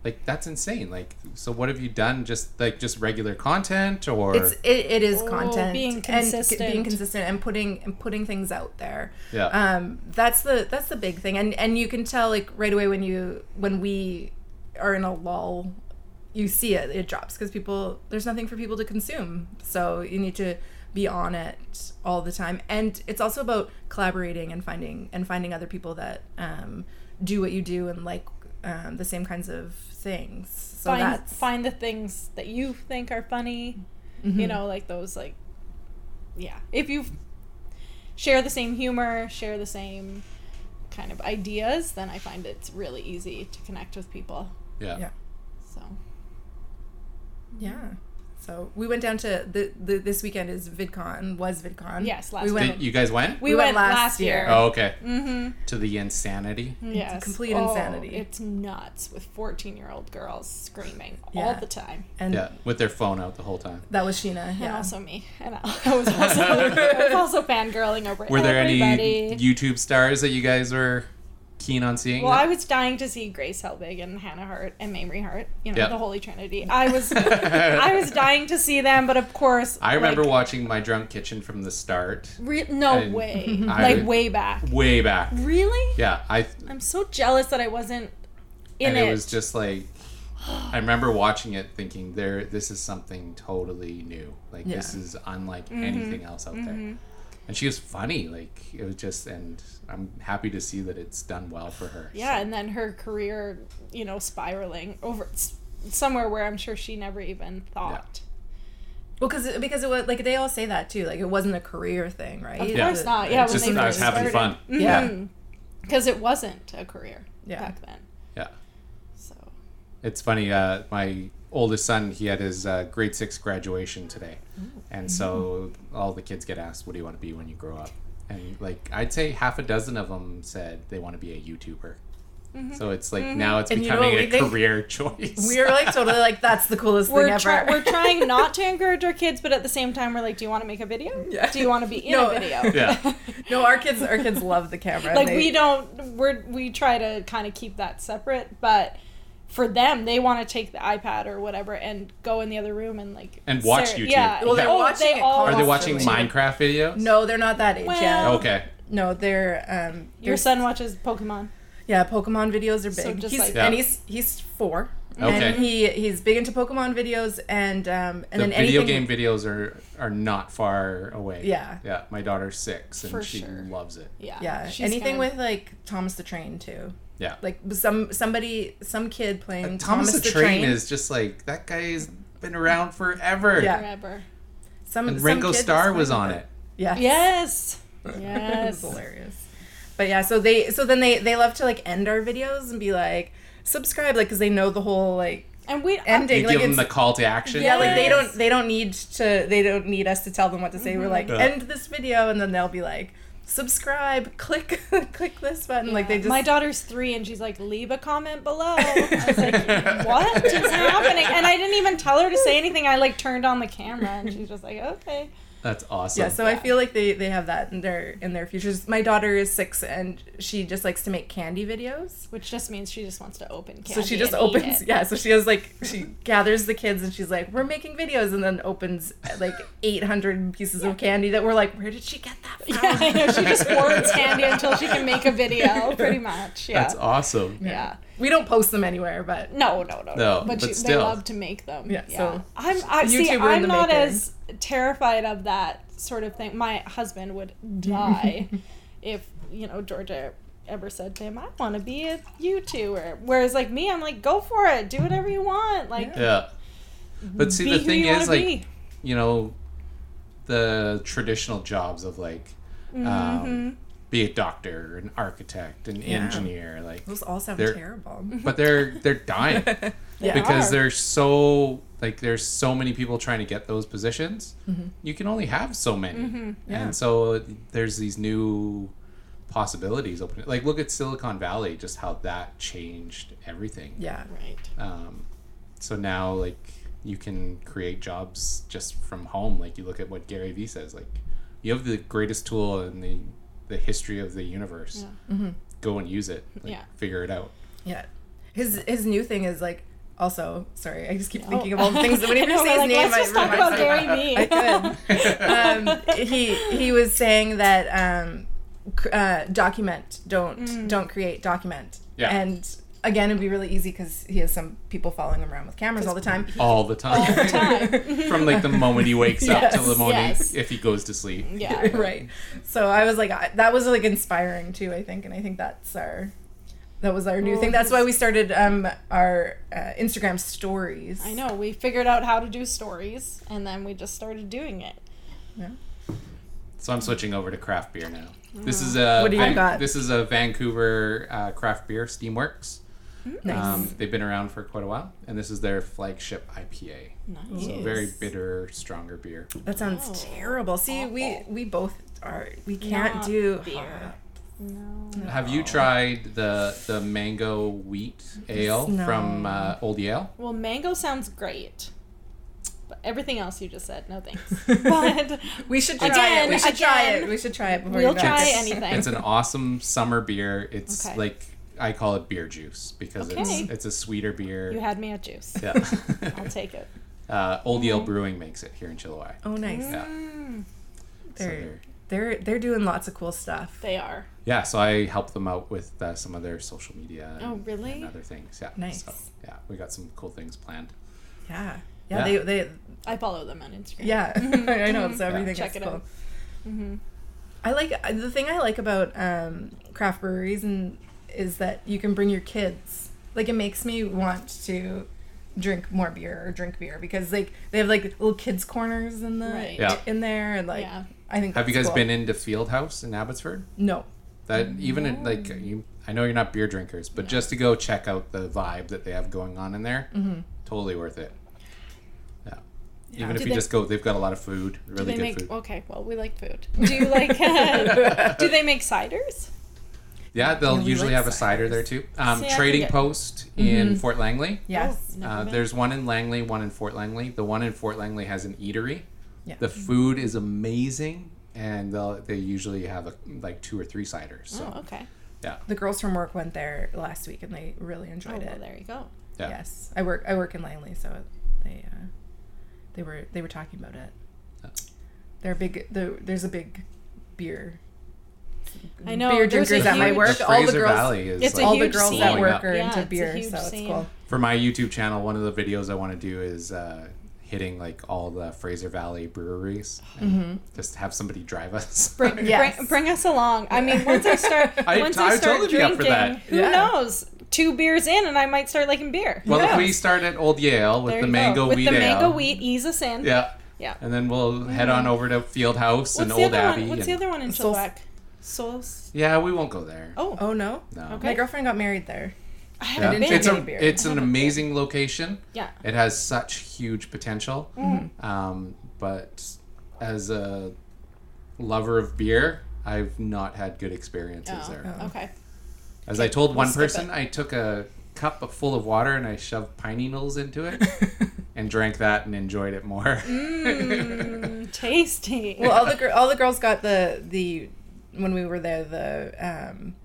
Speaker 1: like that's insane. Like so what have you done just like just regular content or
Speaker 2: it's it, it is
Speaker 3: Oh,
Speaker 2: content
Speaker 3: being
Speaker 2: and c-
Speaker 3: consistent.
Speaker 2: being consistent and putting and putting things out there
Speaker 1: Yeah.
Speaker 2: um that's the that's the big thing and and you can tell like right away when you when we are in a lull you see it it drops because people there's nothing for people to consume so you need to be on it all the time and it's also about collaborating and finding and finding other people that um do what you do and like um, the same kinds of things so
Speaker 3: find
Speaker 2: that's
Speaker 3: find the things that you think are funny. You know, like those like yeah. If you share the same humor, share the same kind of ideas, then I find it's really easy to connect with people.
Speaker 1: yeah.
Speaker 2: yeah
Speaker 3: So
Speaker 2: Yeah. So we went down to the, the this weekend is VidCon was VidCon.
Speaker 3: Yes, last
Speaker 2: we
Speaker 3: week.
Speaker 2: went
Speaker 1: Did, you guys went?
Speaker 3: we,
Speaker 2: We
Speaker 3: went, last year.
Speaker 1: Oh, okay.
Speaker 3: Mm-hmm.
Speaker 1: To the insanity.
Speaker 3: Yes. Oh,
Speaker 2: complete insanity.
Speaker 3: It's nuts with 14 year old girls screaming all
Speaker 2: Yeah.
Speaker 3: the time.
Speaker 2: and
Speaker 1: Yeah, with their phone out the whole time.
Speaker 2: that was Sheena.
Speaker 3: And
Speaker 2: Yeah.
Speaker 3: also me. And I *laughs* I was also, I *laughs* was also fangirling over
Speaker 1: Were there
Speaker 3: everybody.
Speaker 1: any YouTube stars that you guys were keen on seeing? *laughs*
Speaker 3: well, I was dying to see Grace Helbig and Hannah Hart and Mamrie Hart, you know,
Speaker 1: Yep.
Speaker 3: the Holy Trinity. I
Speaker 1: *laughs*
Speaker 3: was I was dying to see them, but of course
Speaker 1: I remember
Speaker 3: like,
Speaker 1: watching My Drunk Kitchen from the start,
Speaker 3: re- no
Speaker 1: I-
Speaker 3: *laughs* way.
Speaker 1: *laughs* I-
Speaker 3: like way back.
Speaker 1: way back.
Speaker 3: Really?
Speaker 1: Yeah, I
Speaker 3: I'm so jealous that I wasn't in
Speaker 1: and
Speaker 3: it.
Speaker 1: it was just like I remember watching it thinking there this is something totally new. Like this
Speaker 2: Yeah.
Speaker 1: is unlike
Speaker 3: Mm-hmm.
Speaker 1: anything else out there. And she was funny, like it was just and I'm happy to see that it's done well for her.
Speaker 3: Yeah, and then her career, you know, spiraling over s- somewhere where I'm sure she never even thought.
Speaker 2: Well, because because it was like they all say that too. Like it wasn't a career thing, right?
Speaker 3: Of
Speaker 2: It
Speaker 3: course
Speaker 2: was-
Speaker 3: not. Yeah,
Speaker 1: It's
Speaker 3: when
Speaker 1: just
Speaker 3: they
Speaker 1: that I was
Speaker 3: first
Speaker 1: having
Speaker 3: started. Mm-hmm.
Speaker 1: fun.
Speaker 2: Yeah.
Speaker 3: because it wasn't a career
Speaker 2: Yeah.
Speaker 3: back then.
Speaker 1: Yeah.
Speaker 3: So
Speaker 1: It's funny. Uh, my oldest son, he had his uh, grade six graduation today, and so all the kids get asked, "What do you want to be when you grow up?" And like, I'd say half a dozen of them said they want to be a YouTuber. So it's like now it's
Speaker 2: Mm-hmm. And you know
Speaker 1: becoming
Speaker 2: what
Speaker 1: a
Speaker 2: we think?
Speaker 1: career choice.
Speaker 2: We were like totally like that's the coolest thing
Speaker 3: we're
Speaker 2: ever.
Speaker 3: try- we're trying not to encourage our kids, but at the same time, we're like, do you want to make a video?
Speaker 2: Yeah.
Speaker 3: Do you want to be in
Speaker 2: No. *laughs*
Speaker 3: a video?
Speaker 1: *laughs* yeah,
Speaker 2: *laughs* no, our kids our kids love the camera.
Speaker 3: Like
Speaker 2: They-
Speaker 3: we don't. We're we try to kind of keep that separate, but. For them, they want to take the iPad or whatever and go in the other room and like
Speaker 1: And watch
Speaker 3: stare-
Speaker 1: YouTube.
Speaker 3: Yeah,
Speaker 2: Well, they're
Speaker 3: Oh,
Speaker 2: watching
Speaker 3: they
Speaker 2: it
Speaker 3: all
Speaker 1: are they
Speaker 2: constantly.
Speaker 3: watch
Speaker 1: watching
Speaker 3: YouTube.
Speaker 1: Minecraft videos?
Speaker 2: no, they're not that age yet.
Speaker 3: Well-
Speaker 1: Okay.
Speaker 2: No, they're um they're,
Speaker 3: Your son watches Pokemon.
Speaker 2: Yeah, Pokemon videos are big.
Speaker 3: So just
Speaker 2: he's,
Speaker 3: like-
Speaker 1: Yeah.
Speaker 2: and he's he's four.
Speaker 1: Okay.
Speaker 2: And he he's big into Pokemon videos and um and
Speaker 1: The
Speaker 2: then
Speaker 1: video
Speaker 2: anything
Speaker 1: game videos are are not far away.
Speaker 2: Yeah.
Speaker 1: Yeah. My daughter's six and
Speaker 3: For
Speaker 1: she
Speaker 3: sure.
Speaker 1: loves it.
Speaker 3: Yeah.
Speaker 2: Yeah,
Speaker 3: She's
Speaker 2: anything
Speaker 3: kind
Speaker 2: with
Speaker 3: of-
Speaker 2: like Thomas the Train too.
Speaker 1: Yeah.
Speaker 2: Like some somebody some kid playing
Speaker 1: Thomas, the, Train, is just like that guy has been around forever.
Speaker 2: Yeah.
Speaker 3: forever.
Speaker 2: some
Speaker 1: And
Speaker 2: some
Speaker 1: Ringo
Speaker 2: kid that's
Speaker 1: Starr
Speaker 2: playing
Speaker 1: was on
Speaker 2: that.
Speaker 1: it.
Speaker 2: Yeah. *laughs*
Speaker 3: Yes.
Speaker 2: It was
Speaker 3: Yes.
Speaker 2: hilarious. But yeah, so they so then they they love to like end our videos and be like subscribe like cuz they know the whole like
Speaker 3: and we
Speaker 2: ending
Speaker 1: You
Speaker 2: like
Speaker 1: give them
Speaker 2: it's
Speaker 1: the call to action.
Speaker 2: yeah, like they
Speaker 3: Yes.
Speaker 2: don't they don't need to they don't need us to tell them what to say. We're like
Speaker 3: Mm-hmm.
Speaker 1: Yeah.
Speaker 2: end this video and then they'll be like subscribe, click *laughs* click this button like they just
Speaker 3: my daughter's three and she's like, leave a comment below. I
Speaker 2: *laughs*
Speaker 3: was like, what is happening? And I didn't even tell her to say anything. I like turned on the camera and she's just like, okay.
Speaker 1: That's awesome.
Speaker 2: yeah, so I feel like they, they have that in their in their futures. My daughter is six and she just likes to make candy videos.
Speaker 3: Which just means she just wants to open candy.
Speaker 2: So she just
Speaker 3: and eat
Speaker 2: opens *laughs*
Speaker 3: it.
Speaker 2: yeah, so she has like she gathers the kids and she's like, We're making videos and then opens
Speaker 3: *laughs*
Speaker 2: like eight hundred pieces of candy that we're like, Where did she get that from?
Speaker 3: Yeah, I know. *laughs* She just hoards
Speaker 2: *laughs*
Speaker 3: candy until she can make a video, pretty much. Yeah.
Speaker 1: That's awesome.
Speaker 3: Yeah.
Speaker 2: We don't post them anywhere, but
Speaker 3: No, no,
Speaker 1: No,
Speaker 3: no, no. But,
Speaker 1: but
Speaker 3: you, they
Speaker 1: still.
Speaker 3: love to make them.
Speaker 2: Yeah,
Speaker 3: Yeah.
Speaker 2: so
Speaker 3: I'm. I, see,
Speaker 2: YouTuber in
Speaker 3: I'm
Speaker 2: the
Speaker 3: not
Speaker 2: making.
Speaker 3: as terrified of that sort of thing. My husband would
Speaker 2: *laughs*
Speaker 3: die if you know Georgia ever said to him, "I want to be a YouTuber." Whereas like me, I'm like, "Go for it. Do whatever you want. Like,
Speaker 1: Yeah. But see,
Speaker 3: be
Speaker 1: the
Speaker 3: who
Speaker 1: thing
Speaker 3: you
Speaker 1: is,
Speaker 3: want to
Speaker 1: like,
Speaker 3: be."
Speaker 1: you know, the traditional jobs of like,
Speaker 2: Mm-hmm.
Speaker 1: um, be a doctor, an architect, an engineer, like,
Speaker 2: those all sound
Speaker 1: They're-
Speaker 2: terrible.
Speaker 1: but they're they're dying
Speaker 2: Yeah.
Speaker 1: because
Speaker 3: are.
Speaker 1: they're so like there's so many people trying to get those positions you can only have so many
Speaker 2: Yeah.
Speaker 1: and so there's these new possibilities open like look at silicon valley just how that changed everything
Speaker 2: *laughs* Yeah.
Speaker 3: Right.
Speaker 1: um, so now like you can create jobs just from home. Like you look at what Gary Vee says, like you have the greatest tool in the the history of the universe. Go and use it. Like,
Speaker 3: Yeah.
Speaker 1: Figure it out.
Speaker 2: Yeah. His his new thing is like also sorry, I just keep thinking
Speaker 3: Oh.
Speaker 2: of all the
Speaker 3: *laughs*
Speaker 2: things that when
Speaker 3: I
Speaker 2: he
Speaker 3: know,
Speaker 2: say
Speaker 3: we're
Speaker 2: his
Speaker 3: like,
Speaker 2: name,
Speaker 3: Let's
Speaker 2: I
Speaker 3: just talk
Speaker 2: realize
Speaker 3: about
Speaker 2: I-
Speaker 3: Gary Vee.
Speaker 2: *laughs* I could. um, he he was saying that um, cr- uh, document, don't
Speaker 3: Mm.
Speaker 2: don't create, document.
Speaker 1: Yeah.
Speaker 2: And again, it'd be really easy because he has some people following him around with cameras all the time. *laughs*
Speaker 1: All the time.
Speaker 3: *laughs* All the time.
Speaker 1: *laughs* From like the moment he wakes up
Speaker 2: Yes.
Speaker 1: till the moment
Speaker 3: Yes.
Speaker 1: if he goes to sleep.
Speaker 3: yeah.
Speaker 2: right. So I was like, I, that was like inspiring too. I think, and I think that's our. That was our new
Speaker 3: Well,
Speaker 2: thing. That's why
Speaker 3: he's-
Speaker 2: we started um, our uh, Instagram stories.
Speaker 3: I know. We figured out how to do stories and then we just started doing it.
Speaker 1: So I'm switching over to craft beer now. This is a
Speaker 2: What do you got?
Speaker 1: this is a Vancouver uh, craft beer Steamworks.
Speaker 2: Nice.
Speaker 1: Um, they've been around for quite a while, and this is their flagship IPA.
Speaker 3: Nice.
Speaker 1: So very bitter, stronger beer.
Speaker 2: That sounds
Speaker 3: No.
Speaker 2: terrible. See, we we both are. We can't
Speaker 3: Oh. Not
Speaker 2: do
Speaker 3: beer. No.
Speaker 1: Have you tried the the mango wheat ale
Speaker 2: No.
Speaker 1: from uh, Old Yale?
Speaker 3: Well, mango sounds great. But everything else you just said, no thanks.
Speaker 2: *laughs*
Speaker 3: *laughs* But
Speaker 2: We should try
Speaker 3: Again,
Speaker 2: it. We should try
Speaker 3: again.
Speaker 2: it. We should try it before
Speaker 3: We'll
Speaker 2: you
Speaker 3: try
Speaker 2: guys.
Speaker 3: anything.
Speaker 1: It's an awesome summer beer. It's
Speaker 3: Okay.
Speaker 1: like I call it beer juice because
Speaker 3: Okay.
Speaker 1: it's it's a sweeter beer.
Speaker 3: you had me at juice. I'll
Speaker 1: *laughs* yeah.
Speaker 3: take it.
Speaker 1: uh, Old Yale Brewing makes it here in Chilliwack.
Speaker 2: Oh, nice.
Speaker 3: Mm-hmm.
Speaker 1: Yeah. So
Speaker 2: Mm. They're
Speaker 1: they're-
Speaker 2: they're they're doing lots of cool stuff.
Speaker 3: They are.
Speaker 1: Yeah, so I helped them out with uh, some of their social media
Speaker 3: Oh,
Speaker 1: and,
Speaker 3: really?
Speaker 1: and other things. Yeah.
Speaker 2: Nice.
Speaker 1: So, yeah, we got some cool things planned.
Speaker 2: Yeah. Yeah,
Speaker 1: Yeah.
Speaker 2: they they
Speaker 3: I follow them on Instagram.
Speaker 2: yeah. *laughs* I know so everything.
Speaker 3: Mm-hmm. Check
Speaker 2: is
Speaker 3: it
Speaker 2: cool.
Speaker 3: out. Mm-hmm.
Speaker 2: I like uh, the thing I like about um, craft breweries and is that you can bring your kids. Like it makes me want to drink more beer or drink beer because like they have like little kids corners in the
Speaker 3: Right.
Speaker 1: Yeah.
Speaker 2: in there and like
Speaker 3: Yeah.
Speaker 2: I think
Speaker 1: Have you guys
Speaker 2: that's cool.
Speaker 1: been into Fieldhouse in Abbotsford?
Speaker 2: No.
Speaker 1: That even in, like you, I know you're not beer drinkers, but just to go check out the vibe that they have going on in there, totally worth it. Yeah. Even if
Speaker 3: Do
Speaker 1: you
Speaker 3: they-
Speaker 1: just go, they've got a lot of food, really
Speaker 3: They
Speaker 1: good
Speaker 3: make
Speaker 1: food.
Speaker 3: okay. Well, we like food. Do
Speaker 2: *laughs*
Speaker 3: you like? *laughs* do they make ciders?
Speaker 1: yeah, they'll
Speaker 2: Yeah, we
Speaker 1: usually
Speaker 2: like
Speaker 1: have a cider there too. Um,
Speaker 3: See, I
Speaker 1: Trading
Speaker 3: forget.
Speaker 1: Post in Fort Langley.
Speaker 2: Yes.
Speaker 3: Oh, never
Speaker 1: Uh,
Speaker 3: mind.
Speaker 1: there's one in Langley, one in Fort Langley. The one in Fort Langley has an eatery.
Speaker 2: Yeah.
Speaker 1: The food is amazing, and they'll, they usually have a, like two or three ciders. So
Speaker 3: Oh, okay.
Speaker 1: yeah,
Speaker 2: The girls from work went there last week and they really enjoyed
Speaker 3: Oh,
Speaker 2: it.
Speaker 3: well, there you go.
Speaker 1: yeah,
Speaker 2: Yes, I work. I work in Langley, so they uh, they were they were talking about it.
Speaker 1: Oh.
Speaker 2: They're big. The, there's a big beer.
Speaker 3: I know,
Speaker 2: beer
Speaker 3: there's a
Speaker 2: drinkers at my
Speaker 3: huge-
Speaker 2: work.
Speaker 1: The
Speaker 2: All the
Speaker 1: Fraser
Speaker 2: girls,
Speaker 1: Valley is
Speaker 3: It's a
Speaker 1: like,
Speaker 2: all the
Speaker 3: huge
Speaker 2: girls
Speaker 3: scene.
Speaker 2: at
Speaker 1: blowing
Speaker 2: work
Speaker 1: up.
Speaker 2: are
Speaker 3: Yeah,
Speaker 2: into
Speaker 3: it's a
Speaker 2: beer,
Speaker 3: huge
Speaker 2: so it's
Speaker 3: scene.
Speaker 2: cool.
Speaker 1: for my YouTube channel. One of the videos I want to do is uh, hitting like all the Fraser Valley breweries. And Just have somebody drive us.
Speaker 3: Mm-hmm. *laughs* Bring,
Speaker 2: Yes.
Speaker 3: bring, bring us along. I mean, once I start,
Speaker 1: *laughs* I-
Speaker 3: once
Speaker 1: I
Speaker 3: I,
Speaker 1: would
Speaker 3: start
Speaker 1: totally be up for
Speaker 3: drinking,
Speaker 1: that.
Speaker 3: who
Speaker 2: Yeah.
Speaker 3: knows? Two beers in, and I might start liking beer.
Speaker 1: *laughs* well,
Speaker 2: Yeah.
Speaker 1: if we start at Old Yale with
Speaker 3: there
Speaker 1: the
Speaker 3: you
Speaker 1: mango
Speaker 3: go. With
Speaker 1: wheat
Speaker 3: the
Speaker 1: ale,
Speaker 3: mango wheat, ease us in.
Speaker 1: yeah,
Speaker 3: Yeah.
Speaker 1: and then we'll head on over to Fieldhouse and
Speaker 3: What's the
Speaker 1: Old
Speaker 3: other
Speaker 1: Abbey.
Speaker 3: one? What's the
Speaker 1: and-
Speaker 3: other one in
Speaker 2: Sol-
Speaker 3: Chilliwack? Souls.
Speaker 1: Yeah, we won't go there.
Speaker 3: Oh,
Speaker 2: Oh no,
Speaker 1: No.
Speaker 3: Okay.
Speaker 2: my girlfriend got married
Speaker 3: *laughs*
Speaker 2: there.
Speaker 3: I
Speaker 1: Yeah.
Speaker 3: haven't
Speaker 2: didn't
Speaker 3: been.
Speaker 1: It's,
Speaker 2: drink
Speaker 1: a,
Speaker 2: any beer.
Speaker 1: it's an amazing location.
Speaker 3: yeah.
Speaker 1: It has such huge potential.
Speaker 3: Mm.
Speaker 1: Um, but as a lover of beer, I've not had good experiences
Speaker 3: Oh,
Speaker 1: there. *laughs*
Speaker 3: Okay.
Speaker 1: As I told one
Speaker 3: skip
Speaker 1: person, I took a cup full of water and I shoved pine needles into it and drank that and enjoyed it more.
Speaker 3: Mm, tasty. *laughs*
Speaker 2: Well, all the gir- all the girls got the the when we were there the um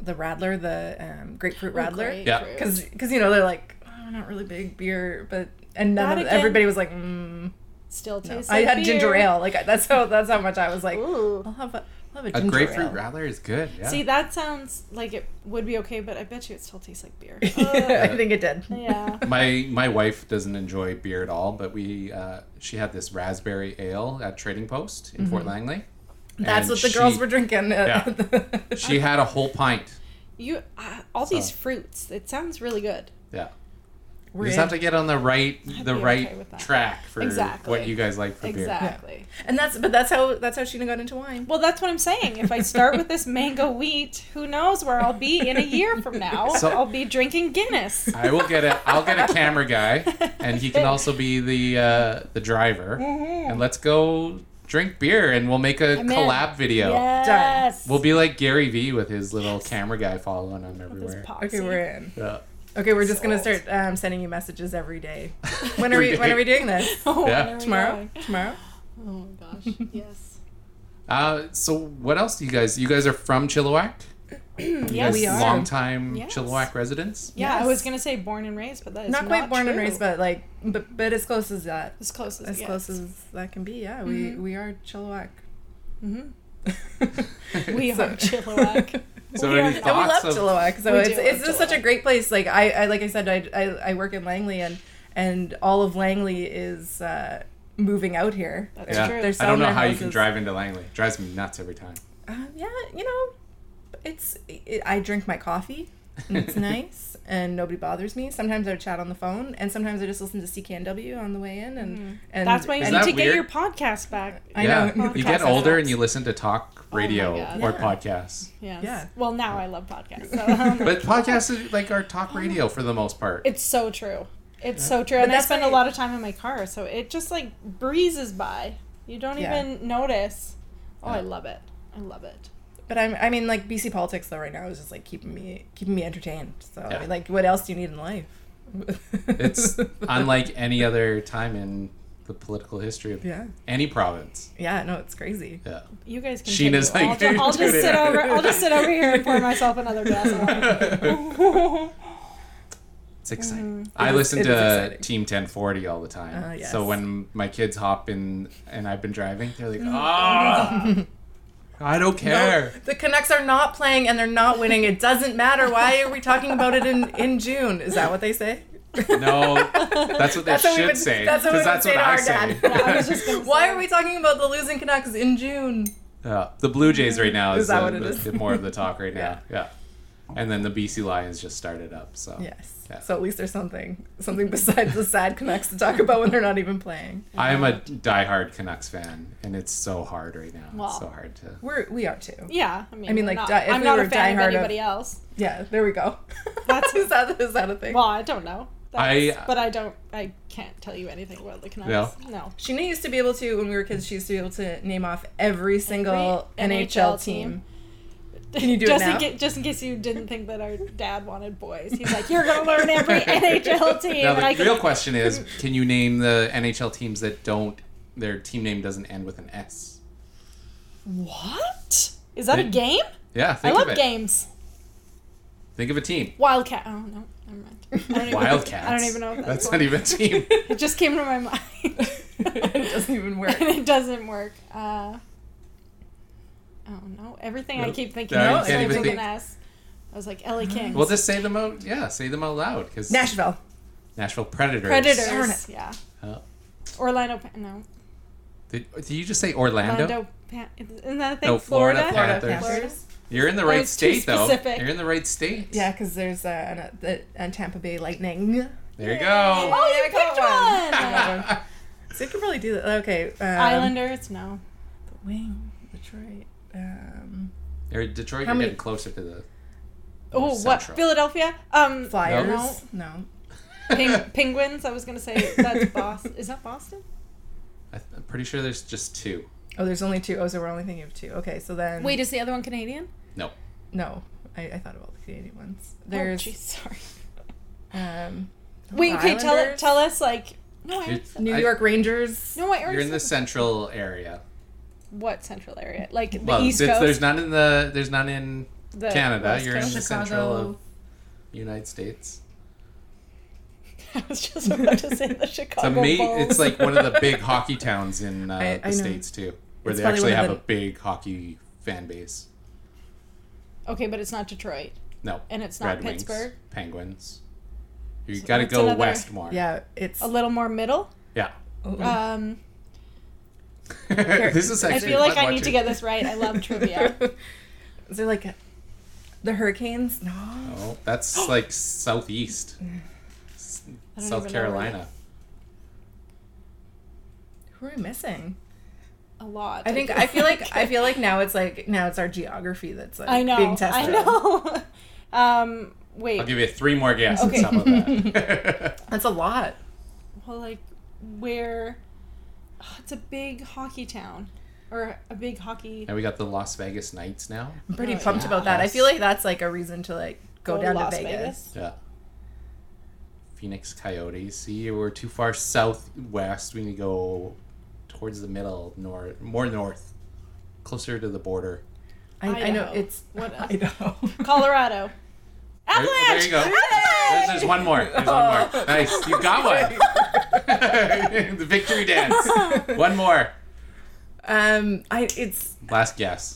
Speaker 2: the radler the um, grapefruit radler.
Speaker 3: Oh, Great
Speaker 1: Yeah.
Speaker 3: fruit.
Speaker 2: because you know they're like oh, we're not really big beer but and none
Speaker 3: That
Speaker 2: of
Speaker 3: again-
Speaker 2: everybody was like mm,
Speaker 3: still tastes.
Speaker 2: i
Speaker 3: like
Speaker 2: had
Speaker 3: beer.
Speaker 2: ginger ale like that's how that's how much i was like
Speaker 3: Ooh.
Speaker 2: i'll have a, I'll have a
Speaker 1: *laughs* a
Speaker 2: ginger
Speaker 1: grapefruit
Speaker 2: *laughs* ale.
Speaker 1: rattler is good. Yeah.
Speaker 3: See, that sounds like it would be okay, but I bet you it still tastes like
Speaker 2: *laughs*
Speaker 3: beer.
Speaker 2: i think it did
Speaker 3: yeah.
Speaker 1: my my wife doesn't enjoy beer at all, but we uh, she had this raspberry ale at Trading Post in Fort Langley.
Speaker 2: that's
Speaker 1: and
Speaker 2: what the
Speaker 1: she-
Speaker 2: girls were drinking *laughs*
Speaker 1: Yeah. She had a whole pint.
Speaker 3: You uh, all these fruits. It sounds really good.
Speaker 1: Yeah.
Speaker 2: We're
Speaker 1: you just
Speaker 2: in.
Speaker 1: have to get on the right the
Speaker 3: be okay
Speaker 1: right
Speaker 3: with that.
Speaker 1: track for
Speaker 3: Exactly.
Speaker 1: what you guys like for beer.
Speaker 3: Exactly.
Speaker 2: and that's but that's how that's how sheena got into wine
Speaker 3: Well, that's what I'm saying. If I start with this mango
Speaker 2: *laughs*
Speaker 3: wheat, who knows where I'll be in a year from now?
Speaker 1: *laughs* So-
Speaker 3: I'll be drinking Guinness.
Speaker 1: I will get a I'll get a camera guy and he can also be the uh, the driver. And let's go drink beer and we'll make a
Speaker 3: I'm in.
Speaker 1: collab video.
Speaker 3: Yes.
Speaker 1: We'll be like Gary Vee with his little camera guy following him
Speaker 3: This
Speaker 1: everywhere.
Speaker 3: poxy.
Speaker 2: okay we're in
Speaker 1: Yeah.
Speaker 2: Okay, we're just gonna
Speaker 3: Sold.
Speaker 2: start um, sending you messages every
Speaker 1: *laughs*
Speaker 2: day. When are we? When are we doing this?
Speaker 3: Oh,
Speaker 1: Yeah.
Speaker 3: when are we
Speaker 2: Tomorrow?
Speaker 3: going?
Speaker 2: Tomorrow?
Speaker 3: Oh my
Speaker 2: *laughs*
Speaker 3: gosh. *laughs* yes.
Speaker 1: Uh, so what else do you guys? You guys are from Chilliwack. You guys
Speaker 3: Yes.
Speaker 2: we are.
Speaker 1: Long time
Speaker 3: Yes.
Speaker 1: Chilliwack residents.
Speaker 3: Yeah, I
Speaker 2: Yes.
Speaker 3: was gonna say born and raised, but that is
Speaker 2: Not quite born and
Speaker 3: true.
Speaker 2: raised, but like, but, but as close as that,
Speaker 3: as close as,
Speaker 2: as
Speaker 3: it
Speaker 2: close
Speaker 3: gets.
Speaker 2: as that can be. Yeah, we
Speaker 3: Mm-hmm.
Speaker 2: we are Chilliwack.
Speaker 3: Mhm.
Speaker 1: *laughs* so
Speaker 3: Mm-hmm. we
Speaker 2: So-
Speaker 3: are
Speaker 2: *laughs*
Speaker 3: Chilliwack. We are-
Speaker 1: any
Speaker 3: and we
Speaker 2: And we love
Speaker 1: thoughts of
Speaker 2: Chilliwack, so
Speaker 3: We
Speaker 2: it's,
Speaker 3: do love
Speaker 2: it's just such a
Speaker 3: Chilliwack.
Speaker 2: great place. Like I, I like I said, I, I, I work in Langley, and and all of Langley is uh, moving out here.
Speaker 3: That's
Speaker 1: Yeah,
Speaker 3: true.
Speaker 2: There's-
Speaker 1: I don't know
Speaker 2: There's
Speaker 1: how
Speaker 2: so many
Speaker 1: you can
Speaker 2: houses.
Speaker 1: drive into Langley. It drives me nuts every time.
Speaker 2: Uh, yeah, you know, it's it, I drink my coffee.
Speaker 1: *laughs*
Speaker 2: And it's nice, and nobody bothers me. Sometimes I chat on the phone, and sometimes I just listen to CKNW on the way in, and, and
Speaker 3: Mm-hmm. That's why you
Speaker 1: Is
Speaker 3: need
Speaker 1: that
Speaker 3: to
Speaker 1: weird?
Speaker 3: get your podcast back.
Speaker 2: I
Speaker 1: yeah.
Speaker 2: know.
Speaker 1: You get
Speaker 3: Podcasts.
Speaker 1: older and you listen to talk radio
Speaker 3: God.
Speaker 1: or
Speaker 2: Oh Yeah.
Speaker 1: podcasts.
Speaker 3: Yes.
Speaker 2: Yeah.
Speaker 3: Well, now I love
Speaker 2: *laughs*
Speaker 3: podcasts. So, um,
Speaker 1: But podcasts is like our talk radio for the most part.
Speaker 3: it's so true. It's so true. And I
Speaker 2: that's
Speaker 3: spend
Speaker 2: why-
Speaker 3: a lot of time in my car, so it just like breezes by. You don't
Speaker 2: Yeah.
Speaker 3: even notice. Oh, I
Speaker 1: Yeah.
Speaker 3: love it. I love it.
Speaker 2: But I'm, I mean, like BC politics though right now is just like keeping me keeping me entertained. So I
Speaker 1: Yeah.
Speaker 2: mean, like, what else do you need in life? *laughs*
Speaker 1: It's unlike any other time in the political history of
Speaker 2: yeah,
Speaker 1: any province.
Speaker 2: yeah. No, it's crazy. *laughs*
Speaker 1: Yeah.
Speaker 3: You guys can.
Speaker 1: Sheena's
Speaker 3: continue.
Speaker 1: like,
Speaker 3: I'll, ju-
Speaker 1: *laughs*
Speaker 3: I'll
Speaker 1: "Dude,
Speaker 3: just sit
Speaker 1: yeah."
Speaker 3: over. I'll just sit over here and pour myself another glass of
Speaker 1: *laughs*
Speaker 3: wine.
Speaker 1: It's exciting. I
Speaker 2: is-
Speaker 1: listen
Speaker 2: it is
Speaker 1: to
Speaker 2: exciting.
Speaker 1: Team 1040 all the time.
Speaker 2: Ah, Mm-hmm. yes.
Speaker 1: So when my kids hop in and I've been driving, they're like,
Speaker 2: Mm.
Speaker 1: ah, I
Speaker 2: *laughs*
Speaker 1: don't care.
Speaker 2: The Canucks are not playing and they're not winning. It doesn't matter. Why are we talking about it in, in June? Is that what they say?
Speaker 1: No,
Speaker 2: *laughs*
Speaker 1: that's what they
Speaker 2: That's what we
Speaker 1: should
Speaker 2: would-
Speaker 1: say.
Speaker 2: that's what we
Speaker 1: Because that's
Speaker 2: would say
Speaker 1: what
Speaker 2: to
Speaker 1: I *laughs*
Speaker 2: our
Speaker 1: say.
Speaker 2: dad.
Speaker 3: I was just gonna
Speaker 2: *laughs* Why
Speaker 3: say.
Speaker 2: are we talking about the losing Canucks in June?
Speaker 1: Yeah, the Blue Jays right now is,
Speaker 2: Is that
Speaker 1: the,
Speaker 2: what it
Speaker 1: the-
Speaker 2: is?
Speaker 1: the more of the talk right now. yeah. And then the BC Lions just started up. So
Speaker 2: Yes.
Speaker 1: Yeah.
Speaker 2: So at least there's something something besides the sad Canucks to talk about when they're not even playing.
Speaker 1: I am a diehard Canucks fan, and it's so hard right now.
Speaker 3: Wow.
Speaker 1: It's so hard to.
Speaker 2: We're we are too.
Speaker 3: *laughs* Yeah, I mean,
Speaker 2: I mean,
Speaker 3: we're
Speaker 2: like,
Speaker 3: not,
Speaker 2: di- if
Speaker 3: I'm
Speaker 2: we
Speaker 3: not
Speaker 2: were
Speaker 3: a fan
Speaker 2: diehard
Speaker 3: of
Speaker 2: of-
Speaker 3: anybody else.
Speaker 2: Yeah. There we go. *laughs*
Speaker 3: That's-
Speaker 2: is that is that a thing?
Speaker 3: Well, I don't know. That's-
Speaker 1: I-
Speaker 3: but I don't. I can't tell you anything about the Canucks.
Speaker 1: No.
Speaker 3: No.
Speaker 2: Sheena used to be able to when we were kids. She used to be able to name off every single NHL,
Speaker 3: Every NHL
Speaker 2: team. *laughs*
Speaker 3: *laughs* team.
Speaker 2: Can you do it
Speaker 3: just
Speaker 2: now?
Speaker 3: In ca- just in case you didn't think that our dad wanted boys, he's like, "You're gonna learn
Speaker 1: *laughs*
Speaker 3: every NHL team."
Speaker 1: Now
Speaker 3: and I
Speaker 1: the
Speaker 3: can,
Speaker 1: real question is, can you name the NHL teams that don't their team name doesn't end with an S?
Speaker 3: what is that a
Speaker 1: They-
Speaker 3: game?
Speaker 1: Yeah, think
Speaker 3: I
Speaker 1: of
Speaker 3: love
Speaker 1: it.
Speaker 3: games.
Speaker 1: Think of a team.
Speaker 3: Wildcat. Oh no, never mind. *laughs* I don't even-
Speaker 1: Wildcats.
Speaker 3: I don't even know. If
Speaker 1: *laughs* That's
Speaker 3: that's
Speaker 1: not
Speaker 3: one.
Speaker 1: even a
Speaker 3: *laughs*
Speaker 1: team.
Speaker 3: It just came to my mind.
Speaker 2: *laughs*
Speaker 3: *laughs*
Speaker 2: it doesn't even work.
Speaker 3: and it doesn't work. Uh, oh no! Everything I
Speaker 1: Nope.
Speaker 3: keep thinking
Speaker 1: No,
Speaker 2: you
Speaker 3: of
Speaker 2: can't
Speaker 3: starts
Speaker 2: even
Speaker 3: with
Speaker 1: think. Mm-hmm.
Speaker 3: an S. I was like, "LA Kings."
Speaker 1: well, just say them out. Yeah, say them out loud because
Speaker 2: *laughs* Nashville.
Speaker 1: Nashville Predators.
Speaker 3: Predators.
Speaker 2: Darn it.
Speaker 3: Yeah.
Speaker 1: Uh,
Speaker 3: Orlando. Pa- No.
Speaker 1: did, did you just say Orlando?
Speaker 3: Orlando. Pa- isn't that a thing?
Speaker 1: No, Florida
Speaker 2: Florida
Speaker 1: Panthers.
Speaker 2: Panthers.
Speaker 1: You're in the
Speaker 3: That
Speaker 1: right
Speaker 3: was too
Speaker 1: state though.
Speaker 3: specific.
Speaker 1: You're in the right state.
Speaker 2: Yeah, because there's uh, an, uh, the, uh, Tampa Bay Lightning.
Speaker 1: There you
Speaker 3: Oh, *laughs*
Speaker 1: go.
Speaker 2: Yeah, I
Speaker 3: you picked
Speaker 2: got
Speaker 3: one.
Speaker 2: So you could really do that. Okay. Um,
Speaker 3: Islanders. No.
Speaker 2: The Wing. Detroit. Um,
Speaker 1: Or Detroit,
Speaker 2: How
Speaker 1: you're
Speaker 2: many-
Speaker 1: getting closer to the.
Speaker 3: Oh,
Speaker 1: more
Speaker 3: what?
Speaker 1: central.
Speaker 3: Philadelphia? Um,
Speaker 2: Flyers.
Speaker 3: No.
Speaker 2: No.
Speaker 3: Ping- penguins. I was gonna say that's Boston. Is that Boston?
Speaker 1: I th- *laughs* I'm pretty sure there's just two.
Speaker 2: Oh, there's only two. Oh, so we're only thinking of two. Okay, so then.
Speaker 3: Wait, is the other one Canadian? Oh,
Speaker 1: No.
Speaker 2: No. I, I thought of all the Canadian ones.
Speaker 3: There's.
Speaker 2: There's.
Speaker 3: Oh, jeez, sorry.
Speaker 2: um,
Speaker 3: *laughs* Wait, okay. Tell it.
Speaker 2: Islanders.
Speaker 3: Tell us like. No, I.
Speaker 1: You're,
Speaker 3: already said-
Speaker 2: New
Speaker 1: I-
Speaker 2: York Rangers.
Speaker 3: No, I already
Speaker 1: You're in the
Speaker 3: said-
Speaker 1: central area.
Speaker 3: what central area? Like the
Speaker 1: well,
Speaker 3: East
Speaker 1: there's,
Speaker 3: Coast.
Speaker 1: there's none in the. There's none in
Speaker 3: the
Speaker 1: Canada.
Speaker 3: West
Speaker 1: You're in
Speaker 3: Coast?
Speaker 1: the central of United States.
Speaker 3: *laughs* I was just about to
Speaker 1: *laughs*
Speaker 3: say the
Speaker 1: It's,
Speaker 3: Chicago
Speaker 1: ama-
Speaker 3: Bulls.
Speaker 1: it's like one of the
Speaker 3: *laughs*
Speaker 1: big hockey towns in uh,
Speaker 2: I- I
Speaker 1: the
Speaker 2: know.
Speaker 1: states too, where
Speaker 2: It's
Speaker 1: they
Speaker 2: probably
Speaker 1: actually
Speaker 2: one
Speaker 1: have
Speaker 2: of
Speaker 1: a big hockey fan base.
Speaker 3: okay, but it's not Detroit,
Speaker 1: No,
Speaker 3: and it's not
Speaker 1: Red
Speaker 3: Pittsburgh.
Speaker 1: Wings, Penguins. You got to
Speaker 3: it's
Speaker 1: go
Speaker 3: another-
Speaker 1: west more.
Speaker 2: Yeah, it's. oh,
Speaker 3: A little more middle.
Speaker 1: Yeah.
Speaker 2: Mm.
Speaker 3: Um,
Speaker 1: *laughs* this is
Speaker 2: I
Speaker 1: actually.
Speaker 3: I feel like
Speaker 1: fun
Speaker 3: I need to
Speaker 1: watching.
Speaker 3: get this right. *laughs* I
Speaker 1: *laughs*
Speaker 3: love trivia.
Speaker 2: Is there like a, the Hurricanes? No.
Speaker 1: Oh, that's like
Speaker 3: *sighs*
Speaker 1: southeast, S-
Speaker 3: I don't
Speaker 1: South
Speaker 3: even know where
Speaker 1: Carolina.
Speaker 2: Who are we missing?
Speaker 3: A lot.
Speaker 2: I think I
Speaker 3: *laughs*
Speaker 2: feel like I feel like now it's like now it's our geography that's like
Speaker 3: I know.
Speaker 2: being tested.
Speaker 3: I know. *laughs* um, wait.
Speaker 1: I'll give you three more guesses.
Speaker 3: Okay.
Speaker 1: How about that?
Speaker 3: *laughs*
Speaker 1: *laughs*
Speaker 2: That's a lot.
Speaker 3: well, like where? Oh, it's a big hockey town, or a big hockey.
Speaker 1: Now we got the Las Vegas Knights now.
Speaker 2: I'm pretty
Speaker 3: Oh,
Speaker 2: pumped
Speaker 3: yeah.
Speaker 2: about that. I feel like that's like a reason to like go, down to
Speaker 3: Las
Speaker 2: Vegas.
Speaker 1: Yeah. Phoenix Coyotes. See, we're too far southwest. We need to go towards the middle, north, more north, closer to the border.
Speaker 2: I, *laughs* I know
Speaker 3: Idaho.
Speaker 2: it's
Speaker 3: What else? *laughs*
Speaker 2: Idaho.
Speaker 3: Colorado.
Speaker 1: There-
Speaker 3: Avalanche!
Speaker 1: There you go. There's, there's one more. There's one more. Nice. You got one. *laughs* the victory dance. One more.
Speaker 2: um, I it's
Speaker 1: Last guess.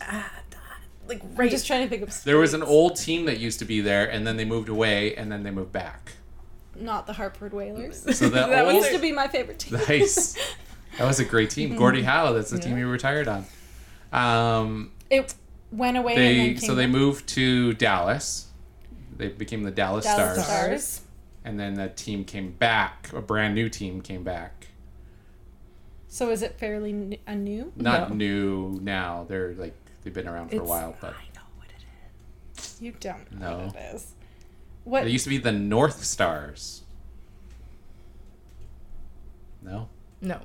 Speaker 2: like
Speaker 3: I'm
Speaker 2: right.
Speaker 3: just trying to think of.
Speaker 1: There was an old team that used to be there, and then they moved away, and then they moved back.
Speaker 3: Not the Hartford Whalers.
Speaker 1: So the
Speaker 2: *laughs* That
Speaker 3: That
Speaker 1: old
Speaker 3: used to be my favorite team.
Speaker 1: Nice. That was a great team. Gordie Howe, that's the team he retired on. Um,
Speaker 3: It went away and
Speaker 1: they
Speaker 3: then came
Speaker 1: so they
Speaker 3: back.
Speaker 1: moved to Dallas. They became the Dallas, Stars.
Speaker 3: Dallas Stars.
Speaker 1: And then the team came back, a brand new team came back.
Speaker 3: So is it fairly n- a new?
Speaker 1: Not
Speaker 2: No.
Speaker 1: new now. They're like they've been around for a
Speaker 2: It's-
Speaker 1: while, but
Speaker 2: I know what it is.
Speaker 3: You don't know
Speaker 1: No.
Speaker 3: what it is. What?
Speaker 1: they used to be the North Stars. No.
Speaker 2: No,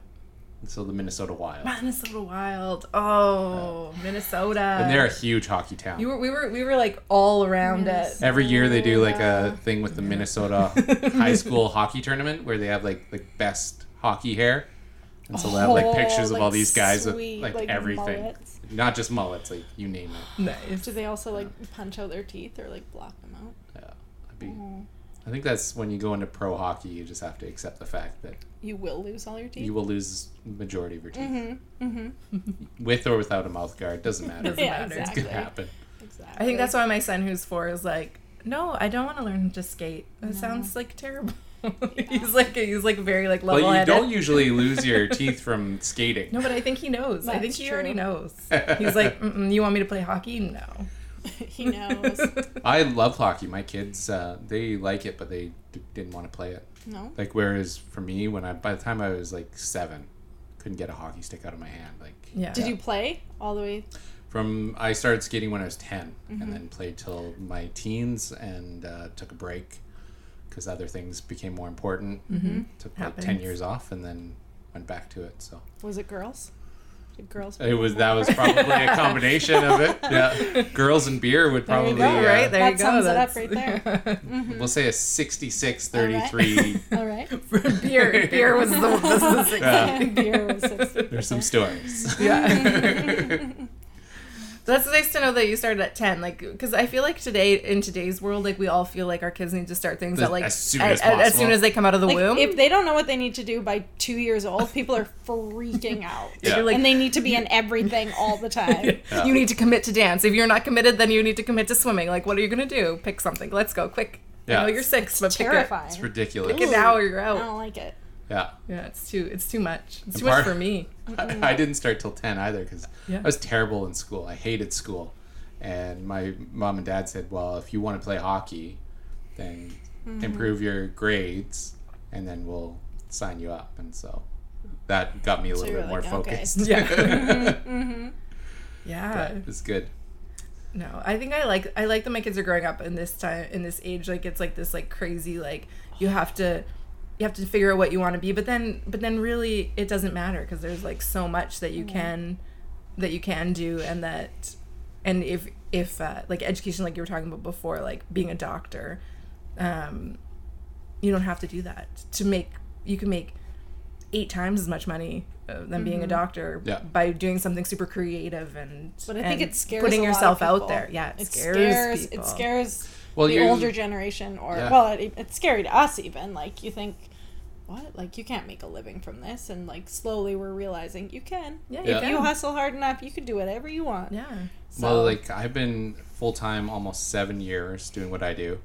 Speaker 1: So the Minnesota Wild.
Speaker 2: Minnesota Wild. Oh, Minnesota.
Speaker 1: And they're a huge hockey town.
Speaker 2: you were we were we were like all around it.
Speaker 1: Every year they do like a thing with the Minnesota high school hockey tournament where they have like the best hockey hair. And so they have like
Speaker 3: whole,
Speaker 1: pictures of all
Speaker 3: like,
Speaker 1: these guys
Speaker 3: sweet,
Speaker 1: with like,
Speaker 3: like,
Speaker 1: everything.
Speaker 3: mullets.
Speaker 1: Not just mullets, like you name it.
Speaker 2: Nice.
Speaker 3: Do they also like punch out their teeth or like block them out?
Speaker 1: Yeah. I'd be,
Speaker 3: Mm-hmm.
Speaker 2: Mm.
Speaker 1: I think that's when you go into pro hockey, you just have to accept the fact that
Speaker 3: You will lose all your teeth. Mm-hmm,
Speaker 1: you will lose majority of your teeth. With or without a mouth guard, doesn't matter.
Speaker 2: Doesn't
Speaker 1: It
Speaker 3: *laughs* yeah,
Speaker 2: matter. It's
Speaker 3: exactly.
Speaker 1: could happen.
Speaker 3: Exactly.
Speaker 2: I think that's why my son, who's four, is like, no, I don't want to learn to skate. That sounds like terrible. *laughs* he's like he's like very like level
Speaker 1: Well, you
Speaker 2: headed.
Speaker 1: don't usually lose your teeth from skating.
Speaker 2: No, but I think he knows. I think
Speaker 3: That's
Speaker 2: he already
Speaker 1: *laughs*
Speaker 3: true.
Speaker 2: knows. He's like, Mm-mm, you want me to play hockey? No.
Speaker 3: he knows.
Speaker 1: I love hockey. My kids, uh, they like it, but they d- didn't want to play it.
Speaker 3: No.
Speaker 1: Like whereas for me, when I by the time I was like seven, couldn't get a hockey stick out of my hand. Like
Speaker 2: *laughs* Yeah.
Speaker 3: Did you play all the way?
Speaker 1: from I started skating when I was 10 and then played till my teens and uh, took a break because other things became more important. Mm-hmm. Took like ten
Speaker 2: Happens.
Speaker 1: years off and then went back to it. So
Speaker 3: Was it girls? Did girls?
Speaker 1: it was that
Speaker 3: *laughs*
Speaker 1: was probably a combination of it. Yeah, girls and beer would
Speaker 3: There
Speaker 1: probably
Speaker 3: you go,
Speaker 1: uh,
Speaker 2: right there
Speaker 3: That
Speaker 2: you go.
Speaker 3: sums it
Speaker 2: That's
Speaker 3: up right there.
Speaker 1: we'll say a 66
Speaker 3: right.
Speaker 1: 33
Speaker 2: *laughs*
Speaker 3: all
Speaker 1: *laughs*
Speaker 3: right.
Speaker 2: beer. Beer was the this is the
Speaker 1: Yeah.
Speaker 3: *laughs* Beer was sixty.
Speaker 1: There's some stories.
Speaker 2: Yeah. That's nice to know that you started at 10 like cuz I feel like today in today's world like we all feel like our kids need to start things
Speaker 1: The-
Speaker 2: at like
Speaker 1: as soon
Speaker 2: at-
Speaker 1: as
Speaker 2: at- as
Speaker 1: possible.
Speaker 2: soon as they come out of the
Speaker 3: Like,
Speaker 2: womb.
Speaker 3: if they don't know what they need to do by two years old, people are freaking out.
Speaker 1: Yeah.
Speaker 2: You're like-
Speaker 3: and they need to be in everything all
Speaker 2: *laughs*
Speaker 3: the time.
Speaker 2: You need to commit to dance. If you're not committed, then you need to commit to swimming. Like, what are you gonna do? Pick something. Let's go, quick.
Speaker 1: Yeah.
Speaker 2: I know you're six, but pick
Speaker 1: *laughs*
Speaker 3: Terrifying.
Speaker 1: It's ridiculous.
Speaker 2: it. Pick it now or you're
Speaker 3: I
Speaker 2: out.
Speaker 3: don't like it.
Speaker 1: Yeah.
Speaker 2: Yeah, it's too. It's too much. It's too
Speaker 1: part-
Speaker 2: much for me.
Speaker 1: *laughs* I, I didn't start till 10 either because
Speaker 2: Yeah.
Speaker 1: I was terrible in school. I hated school. And my mom and dad said, well, if you want to play hockey, then
Speaker 3: Mm-hmm.
Speaker 1: improve your grades and then we'll sign you up. And so that got me a little
Speaker 3: you're
Speaker 1: bit more
Speaker 3: like, okay.
Speaker 1: focused.
Speaker 2: *laughs* Yeah. Yeah.
Speaker 1: *laughs* it's good.
Speaker 2: No, I think I like I like that my kids are growing up in this time in this age. Like it's like this like crazy like you have to you have to figure out what you want to be, but then but then really it doesn't matter because there's like so much that you can that you can do and that and if if uh, like education like you were talking about before like being a doctor, um, you don't have to do that to make you can make eight times as much money uh, than being a doctor
Speaker 1: Yeah.
Speaker 2: by doing something super creative and
Speaker 3: But I think
Speaker 2: and
Speaker 3: it scares
Speaker 2: putting
Speaker 3: a lot of
Speaker 2: yourself out
Speaker 3: people.
Speaker 2: there. Yeah, it,
Speaker 3: it
Speaker 2: scares,
Speaker 3: scares.
Speaker 2: people.
Speaker 3: It scares
Speaker 1: Well,
Speaker 3: the
Speaker 1: you-
Speaker 3: older generation, or
Speaker 1: Yeah.
Speaker 3: well, it, it's scary to us even. Like you think, what? Like you can't make a living from this, and like slowly we're realizing you can.
Speaker 2: Yeah,
Speaker 1: Yeah.
Speaker 2: you
Speaker 3: You
Speaker 2: can.
Speaker 3: hustle hard enough, you can do whatever you want.
Speaker 2: yeah.
Speaker 3: So,
Speaker 1: Well, like I've been full time almost seven years doing what I do,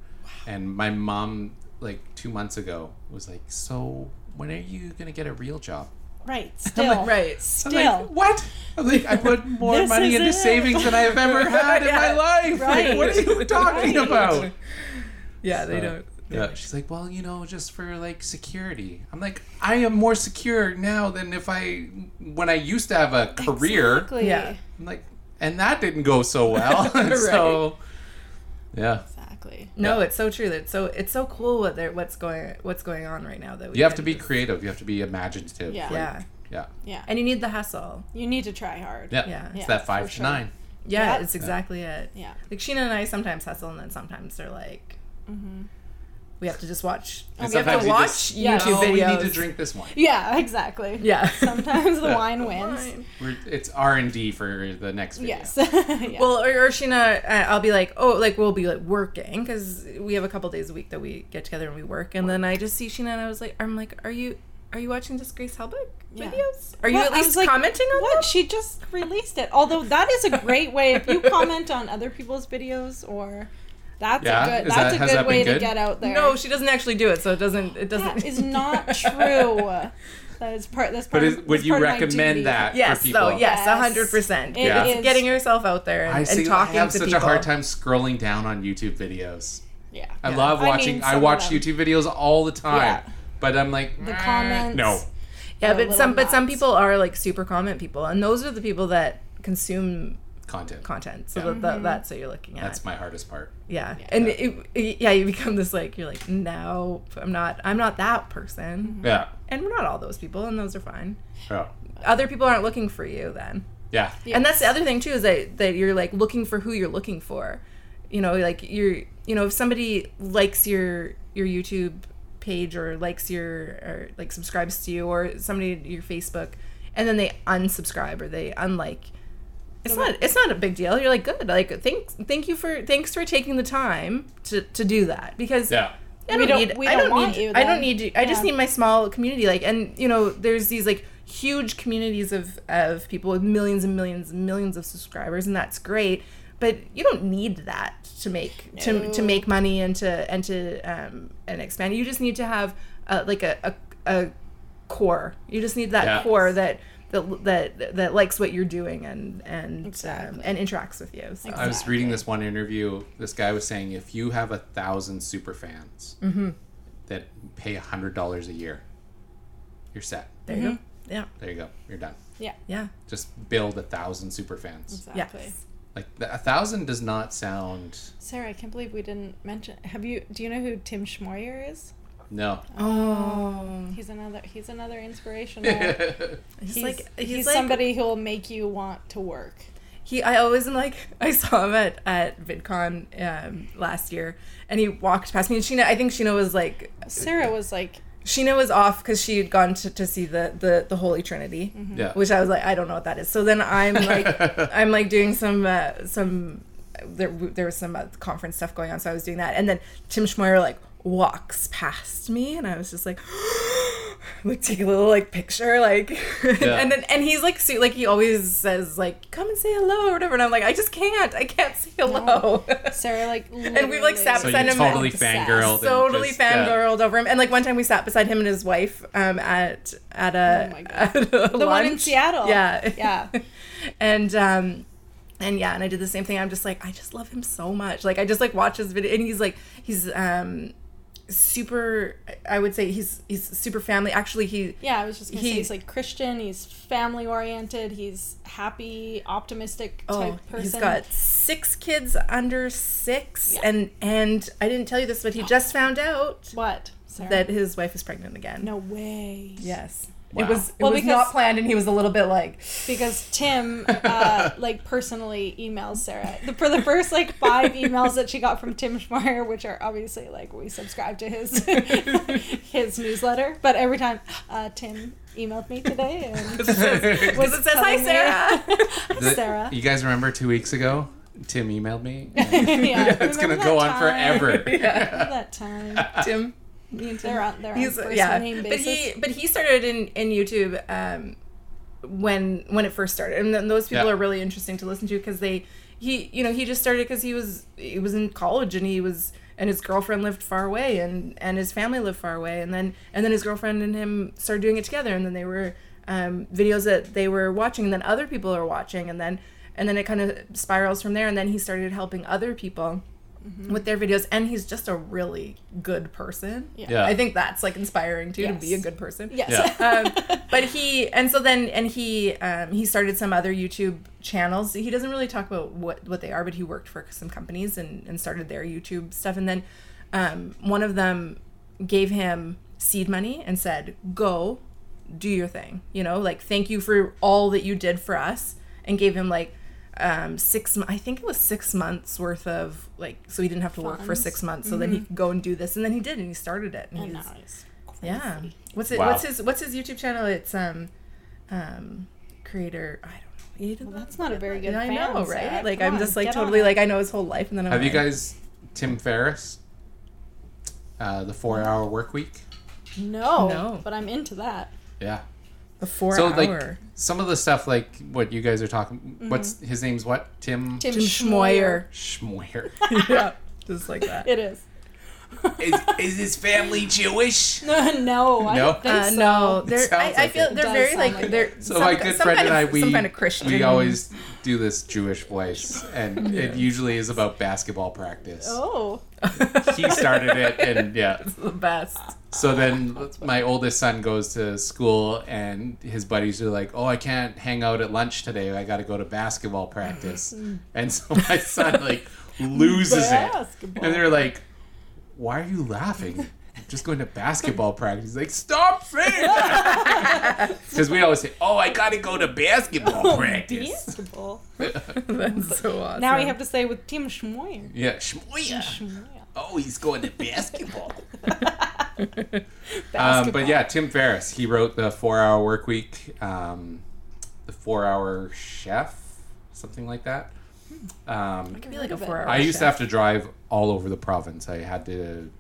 Speaker 1: and my mom like two months ago was like, "So when are you gonna get a real job?"
Speaker 2: *laughs*
Speaker 3: right, still,
Speaker 2: Right.
Speaker 1: I'm
Speaker 3: still,
Speaker 1: like, what? I'm like, I
Speaker 3: *laughs*
Speaker 1: put more
Speaker 3: This
Speaker 1: money
Speaker 3: is
Speaker 1: into
Speaker 3: it.
Speaker 1: savings than I have
Speaker 3: *laughs*
Speaker 1: ever had in my
Speaker 2: Yeah,
Speaker 1: life. Like,
Speaker 3: right.
Speaker 1: what are you
Speaker 3: *laughs*
Speaker 1: talking
Speaker 3: Right.
Speaker 1: about?
Speaker 2: Yeah, they
Speaker 1: So,
Speaker 2: don't.
Speaker 1: Yeah, she's like, well, you know, just for like security. I'm like, I am more secure now than if I when I used to have a career.
Speaker 3: Exactly.
Speaker 2: Yeah.
Speaker 1: I'm like, and that didn't go so
Speaker 3: *laughs*
Speaker 1: well. So, yeah.
Speaker 3: Exactly.
Speaker 2: No, it's so true. That it's so it's so cool what they're, what's going what's going on right now. That we
Speaker 1: You have to
Speaker 2: can
Speaker 1: be
Speaker 2: just-
Speaker 1: creative. You have to be imaginative.
Speaker 3: Yeah.
Speaker 1: Like,
Speaker 2: yeah,
Speaker 1: yeah.
Speaker 3: Yeah.
Speaker 2: and you need the hustle.
Speaker 3: you need to try hard.
Speaker 1: Yeah.
Speaker 2: Yeah.
Speaker 1: It's
Speaker 2: Yeah,
Speaker 1: that five
Speaker 3: for
Speaker 1: to
Speaker 3: sure.
Speaker 1: nine.
Speaker 2: Yeah,
Speaker 3: Yeah.
Speaker 2: it's exactly it.
Speaker 3: Yeah. Mm-hmm.
Speaker 2: Like Sheena and I sometimes hustle, and then sometimes they're like, We have to just watch.
Speaker 3: Oh,
Speaker 1: And
Speaker 2: we have
Speaker 1: sometimes
Speaker 2: to
Speaker 1: you
Speaker 2: watch
Speaker 1: just-
Speaker 2: YouTube
Speaker 3: Yeah.
Speaker 1: Oh,
Speaker 2: videos.
Speaker 1: we need to drink this wine.
Speaker 3: Yeah, *laughs* exactly.
Speaker 2: Yeah. *laughs*
Speaker 3: Sometimes the
Speaker 1: Yeah.
Speaker 3: wine wins.
Speaker 1: We're, it's R and D for the next video.
Speaker 3: Yes. *laughs* Yeah.
Speaker 2: Well, or, or Sheena, uh, I'll be like, oh, like we'll be like working because we have a couple days a week that we get together and we work, and then I just see Sheena and I was like, I'm like, are you are you watching Disgrace Helbig
Speaker 3: Yeah.
Speaker 2: videos? Are you
Speaker 3: Well,
Speaker 2: at
Speaker 3: I was
Speaker 2: least
Speaker 3: like,
Speaker 2: commenting on
Speaker 3: What?
Speaker 2: them?
Speaker 3: She just released it. Although that is a great way if you comment on other people's videos or that's
Speaker 1: Yeah?
Speaker 3: a good
Speaker 1: Is
Speaker 3: that's
Speaker 1: that- has
Speaker 3: a
Speaker 1: that
Speaker 3: good way
Speaker 1: been
Speaker 3: to
Speaker 1: good?
Speaker 3: get out there.
Speaker 2: No, she doesn't actually do it, so it doesn't. It doesn't.
Speaker 3: that
Speaker 2: *laughs*
Speaker 3: is not true. That is part that's
Speaker 1: But
Speaker 3: part
Speaker 1: is,
Speaker 3: of-
Speaker 1: would
Speaker 3: that's
Speaker 1: you
Speaker 3: part of my duty.
Speaker 1: recommend that
Speaker 2: Yes,
Speaker 1: for people?
Speaker 2: though. Yes,
Speaker 3: Yes.
Speaker 2: hundred percent.
Speaker 3: It
Speaker 1: Yeah.
Speaker 2: It's
Speaker 3: is-
Speaker 2: getting yourself out there and,
Speaker 1: I
Speaker 2: and
Speaker 1: see.
Speaker 2: talking
Speaker 1: I have
Speaker 2: to
Speaker 1: such
Speaker 2: people.
Speaker 1: a hard time scrolling down on YouTube videos.
Speaker 3: Yeah.
Speaker 1: I love
Speaker 3: I mean,
Speaker 1: watching. I,
Speaker 3: some of
Speaker 1: watch
Speaker 3: them.
Speaker 1: YouTube videos all the time,
Speaker 3: Yeah.
Speaker 1: but I'm like
Speaker 3: The
Speaker 1: "Meh,
Speaker 3: comments.
Speaker 1: No,
Speaker 2: Yeah,
Speaker 3: the
Speaker 2: but some
Speaker 3: little
Speaker 2: but some
Speaker 3: knots.
Speaker 2: people are like super comment people, and those are the people that consume
Speaker 1: content.
Speaker 2: content. So
Speaker 1: Yeah.
Speaker 2: that,
Speaker 3: Mm-hmm.
Speaker 2: that, that's what you're looking at.
Speaker 1: That's my hardest part.
Speaker 2: yeah. and it, it- yeah, you become this like you're like no, I'm not. I'm not that
Speaker 3: Mm-hmm.
Speaker 2: person,
Speaker 1: Yeah.
Speaker 2: and we're not all those people, and those are fine.
Speaker 1: Oh.
Speaker 2: Other people aren't looking for you then.
Speaker 1: Yeah.
Speaker 2: And that's the other thing too is that that you're like looking for who you're looking for. You know, like you're you know if somebody likes your your YouTube page or likes your or like subscribes to you or somebody to your Facebook and then they unsubscribe or they unlike it's not it's not a big deal. You're like good. Like thanks thank you for thanks for taking the time to to do that because
Speaker 1: Yeah.
Speaker 2: I
Speaker 3: We
Speaker 2: don't,
Speaker 3: don't-
Speaker 2: need.
Speaker 3: we
Speaker 2: I
Speaker 3: don't
Speaker 2: don't
Speaker 3: want
Speaker 2: need.
Speaker 3: you
Speaker 2: I don't
Speaker 3: then.
Speaker 2: need you. I just
Speaker 3: Yeah.
Speaker 2: need my small community. Like, and you know, there's these like huge communities of of people with millions and millions and millions of subscribers, and that's great. But you don't need that to make to, to
Speaker 3: No.
Speaker 2: make money and to and to um, and expand. You just need to have uh, like a, a a core. You just need that
Speaker 1: Yeah.
Speaker 2: core that. That, that that likes what you're doing and and
Speaker 3: Exactly.
Speaker 2: um, and interacts with you. So.
Speaker 1: I was reading this one interview. This guy was saying if you have a thousand super fans
Speaker 2: Mm-hmm.
Speaker 1: that pay a hundred dollars a year, you're set.
Speaker 2: There you go.
Speaker 3: Mm-hmm.
Speaker 2: Yeah,
Speaker 1: There you go. You're done.
Speaker 2: yeah,
Speaker 1: Just build a thousand super fans.
Speaker 3: Exactly.
Speaker 2: yes.
Speaker 1: Like th- a thousand does not sound.
Speaker 3: Sarah, I can't believe we didn't mention. Have you? Do you know who Tim Schmoyer is?
Speaker 1: No.
Speaker 2: Oh,
Speaker 3: He's another. He's
Speaker 1: *laughs*
Speaker 3: another inspirational. he's
Speaker 1: yeah.
Speaker 2: he's, like he's,
Speaker 3: he's
Speaker 2: like,
Speaker 3: somebody who will make you want to work.
Speaker 2: he i always am like *laughs* i saw him at at vidcon um last year and he walked past me and sheena i think sheena was like
Speaker 3: Sarah was like,
Speaker 2: sheena was off because she had gone to, to see the the the holy trinity which i was like i don't know what that is so then i'm like i'm like doing some uh some there, there was some uh, conference stuff going on so i was doing that and then tim schmoyer like walks past me and i was just like *gasps* like take a little like picture like *laughs*
Speaker 1: Yeah.
Speaker 2: and then and he's like so, like he always says like come and say hello or whatever and i'm like i just can't i can't say hello *laughs*
Speaker 3: Sarah like,
Speaker 2: and we've like sat
Speaker 1: so you
Speaker 2: beside him
Speaker 1: totally
Speaker 2: and-
Speaker 1: fangirled. and
Speaker 2: totally
Speaker 1: just, yeah.
Speaker 2: fangirled over him and like one time we sat beside him and his wife um at at a,
Speaker 3: Oh my God.
Speaker 2: at a
Speaker 3: the one in
Speaker 2: lunch.
Speaker 3: Seattle.
Speaker 2: yeah
Speaker 3: yeah.
Speaker 2: *laughs* and um and yeah and i did the same thing i'm just like i just love him so much like i just like watch his video and he's like he's um super i would say he's he's super family actually he
Speaker 3: Yeah, I was just gonna
Speaker 2: He-
Speaker 3: say he's like Christian. He's family oriented. He's happy, optimistic
Speaker 2: oh
Speaker 3: type person.
Speaker 2: he's got six kids under six and and i didn't tell you this but he just found out
Speaker 3: what? Sarah?
Speaker 2: that his wife is pregnant again
Speaker 3: no way.
Speaker 2: yes
Speaker 1: Wow.
Speaker 2: it was it
Speaker 3: Well,
Speaker 2: was
Speaker 3: because-
Speaker 2: not planned and he was a little bit *laughs* like
Speaker 3: because
Speaker 2: *laughs*
Speaker 3: Tim uh, like personally emails Sarah the, for the first like five emails that she got from Tim Schmeier, which are obviously like we subscribe to his *laughs* his newsletter. But every time uh, Tim emailed me today
Speaker 2: *laughs*
Speaker 3: and
Speaker 1: *laughs*
Speaker 2: because it says hi sarah *laughs*
Speaker 1: The-
Speaker 3: *laughs* Sarah.
Speaker 1: You guys remember two weeks ago? Tim emailed
Speaker 2: *laughs*
Speaker 1: me.
Speaker 3: *laughs* yeah,
Speaker 1: it's gonna go on forever.
Speaker 3: That time
Speaker 2: tim me and tim
Speaker 3: they're on they're on
Speaker 2: He's-
Speaker 3: first
Speaker 2: yeah,
Speaker 3: name
Speaker 2: but
Speaker 3: basis.
Speaker 2: he but he started in in YouTube um, when when it first started, and then those people
Speaker 1: Yeah.
Speaker 2: are really interesting to listen to because they he you know he just started because he was he was in college and he was and his girlfriend lived far away and and his family lived far away and then and then his girlfriend and him started doing it together and then they were um, videos that they were watching and then other people are watching and then and then it kind of spirals from there and then he started helping other people with their videos and he's just a really good person
Speaker 1: Yeah.
Speaker 2: I think that's like inspiring too to be a
Speaker 3: Yes.
Speaker 2: good person.
Speaker 3: yes. *laughs*
Speaker 2: Um, but he and so then and he um, he started some other YouTube channels. He doesn't really talk about what what they are, but he worked for some companies and and started their YouTube stuff. And then um, one of them gave him seed money and said, "Go, do your thing." You know, like thank you for all that you did for us, and gave him like um, six. m- I think it was six months worth of like, so he didn't have to work for
Speaker 3: Funds. Mm-hmm.
Speaker 2: six months. So then he could go and do this, and then he did, and he started it. And
Speaker 3: And
Speaker 2: he's,
Speaker 3: now he's crazy.
Speaker 2: yeah. What's it?
Speaker 1: Wow.
Speaker 2: What's his? What's his YouTube channel? It's um, um, creator. I don't know. Creator-
Speaker 3: Well, that's not a very good.
Speaker 2: I
Speaker 3: fan,
Speaker 2: know, right?
Speaker 3: Zach.
Speaker 2: Like
Speaker 3: Come
Speaker 2: I'm
Speaker 3: on,
Speaker 2: just like
Speaker 3: get on
Speaker 2: totally
Speaker 3: it.
Speaker 2: like I know his whole life, and then I'm
Speaker 1: Have you
Speaker 2: like,
Speaker 1: guys Tim Ferriss? Uh, the four hour work week.
Speaker 3: no,
Speaker 2: No.
Speaker 3: but I'm into that.
Speaker 1: Yeah.
Speaker 2: a four
Speaker 1: so
Speaker 2: hour? Mm-hmm.
Speaker 1: like some of the stuff like what you guys are talking what's his name's what? Tim,
Speaker 3: Tim,
Speaker 2: Jim Schmoyer. *laughs*
Speaker 1: Schmoyer.
Speaker 3: *laughs*
Speaker 2: yeah, just like that.
Speaker 3: It is. *laughs*
Speaker 1: is, is his family Jewish?
Speaker 3: No, no, I
Speaker 1: No?
Speaker 3: don't think
Speaker 2: Uh,
Speaker 3: so.
Speaker 2: no,
Speaker 1: It
Speaker 2: they're, I,
Speaker 1: sounds
Speaker 2: I
Speaker 1: like
Speaker 2: feel
Speaker 1: it.
Speaker 2: they're
Speaker 3: Does
Speaker 2: very
Speaker 3: sound
Speaker 2: like
Speaker 3: like
Speaker 2: they're
Speaker 1: So
Speaker 2: some,
Speaker 1: my
Speaker 2: ki-
Speaker 1: good
Speaker 2: some
Speaker 1: friend
Speaker 2: kind
Speaker 1: and I
Speaker 2: of,
Speaker 1: we
Speaker 2: some kind of Christian.
Speaker 1: we always do this Jewish voice
Speaker 2: *laughs*
Speaker 1: and it usually is about basketball practice.
Speaker 3: Oh,
Speaker 1: He started it and yeah.
Speaker 2: It's the *laughs* best. *laughs*
Speaker 1: So then my oldest son goes to school and his buddies are like, "Oh, I can't hang out at lunch today. I got to go to basketball practice." and so my son like loses it.
Speaker 3: Basketball.
Speaker 1: And they're like, "Why are you laughing?" I'm just going to basketball practice. He's like, "Stop saying that." Cuz we always say, "Oh, I got to go to basketball practice."
Speaker 3: basketball.
Speaker 2: That's so awesome.
Speaker 3: Now we have to say with Tim Schmoyer.
Speaker 1: Yeah, shmoya.
Speaker 3: Schmoyer.
Speaker 2: Um,
Speaker 1: Oh, he's going to basketball. Um,
Speaker 3: Basketball.
Speaker 1: but yeah, Tim Ferriss. He wrote the Four Hour Work Week, um, the Four Hour Chef, something like that. Um,
Speaker 2: It'd be like a four-hour
Speaker 1: I used to have
Speaker 2: shift.
Speaker 1: to drive all over the province. I had to.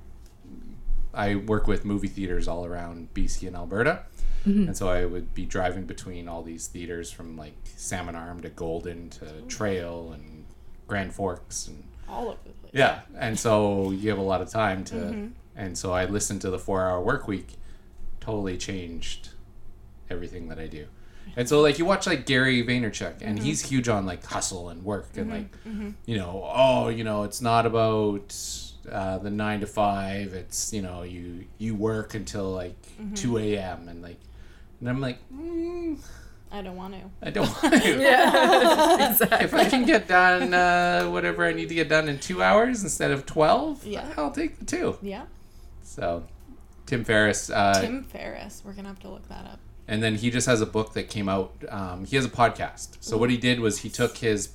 Speaker 1: I work with movie theaters all around BC and Alberta, and so I would be driving between all these theaters from like Salmon Arm to Golden to Trail and Grand Forks and
Speaker 3: all over the place.
Speaker 1: yeah, and so you have a lot of time to, and so I listened to the Four Hour Work Week, totally changed everything that I do, and so like you watch like Gary Vaynerchuk, and he's huge on like hustle and work and like, you know, oh, you know, it's not about uh, the nine to five. It's you know you you work until like two a.m. and like, and I'm like, mm,
Speaker 3: I don't want to.
Speaker 1: I don't want
Speaker 3: *laughs*
Speaker 1: to. *laughs*
Speaker 2: Yeah,
Speaker 1: If
Speaker 2: exactly.
Speaker 1: I can get done uh, whatever I need to get done in two hours instead of twelve,
Speaker 3: Yeah.
Speaker 1: I'll take the two.
Speaker 3: Yeah,
Speaker 1: So, Tim Ferriss, uh,
Speaker 3: Tim Ferriss. We're gonna have to look that up.
Speaker 1: and then he just has a book that came out. Um, he has a podcast. So what he did was he took his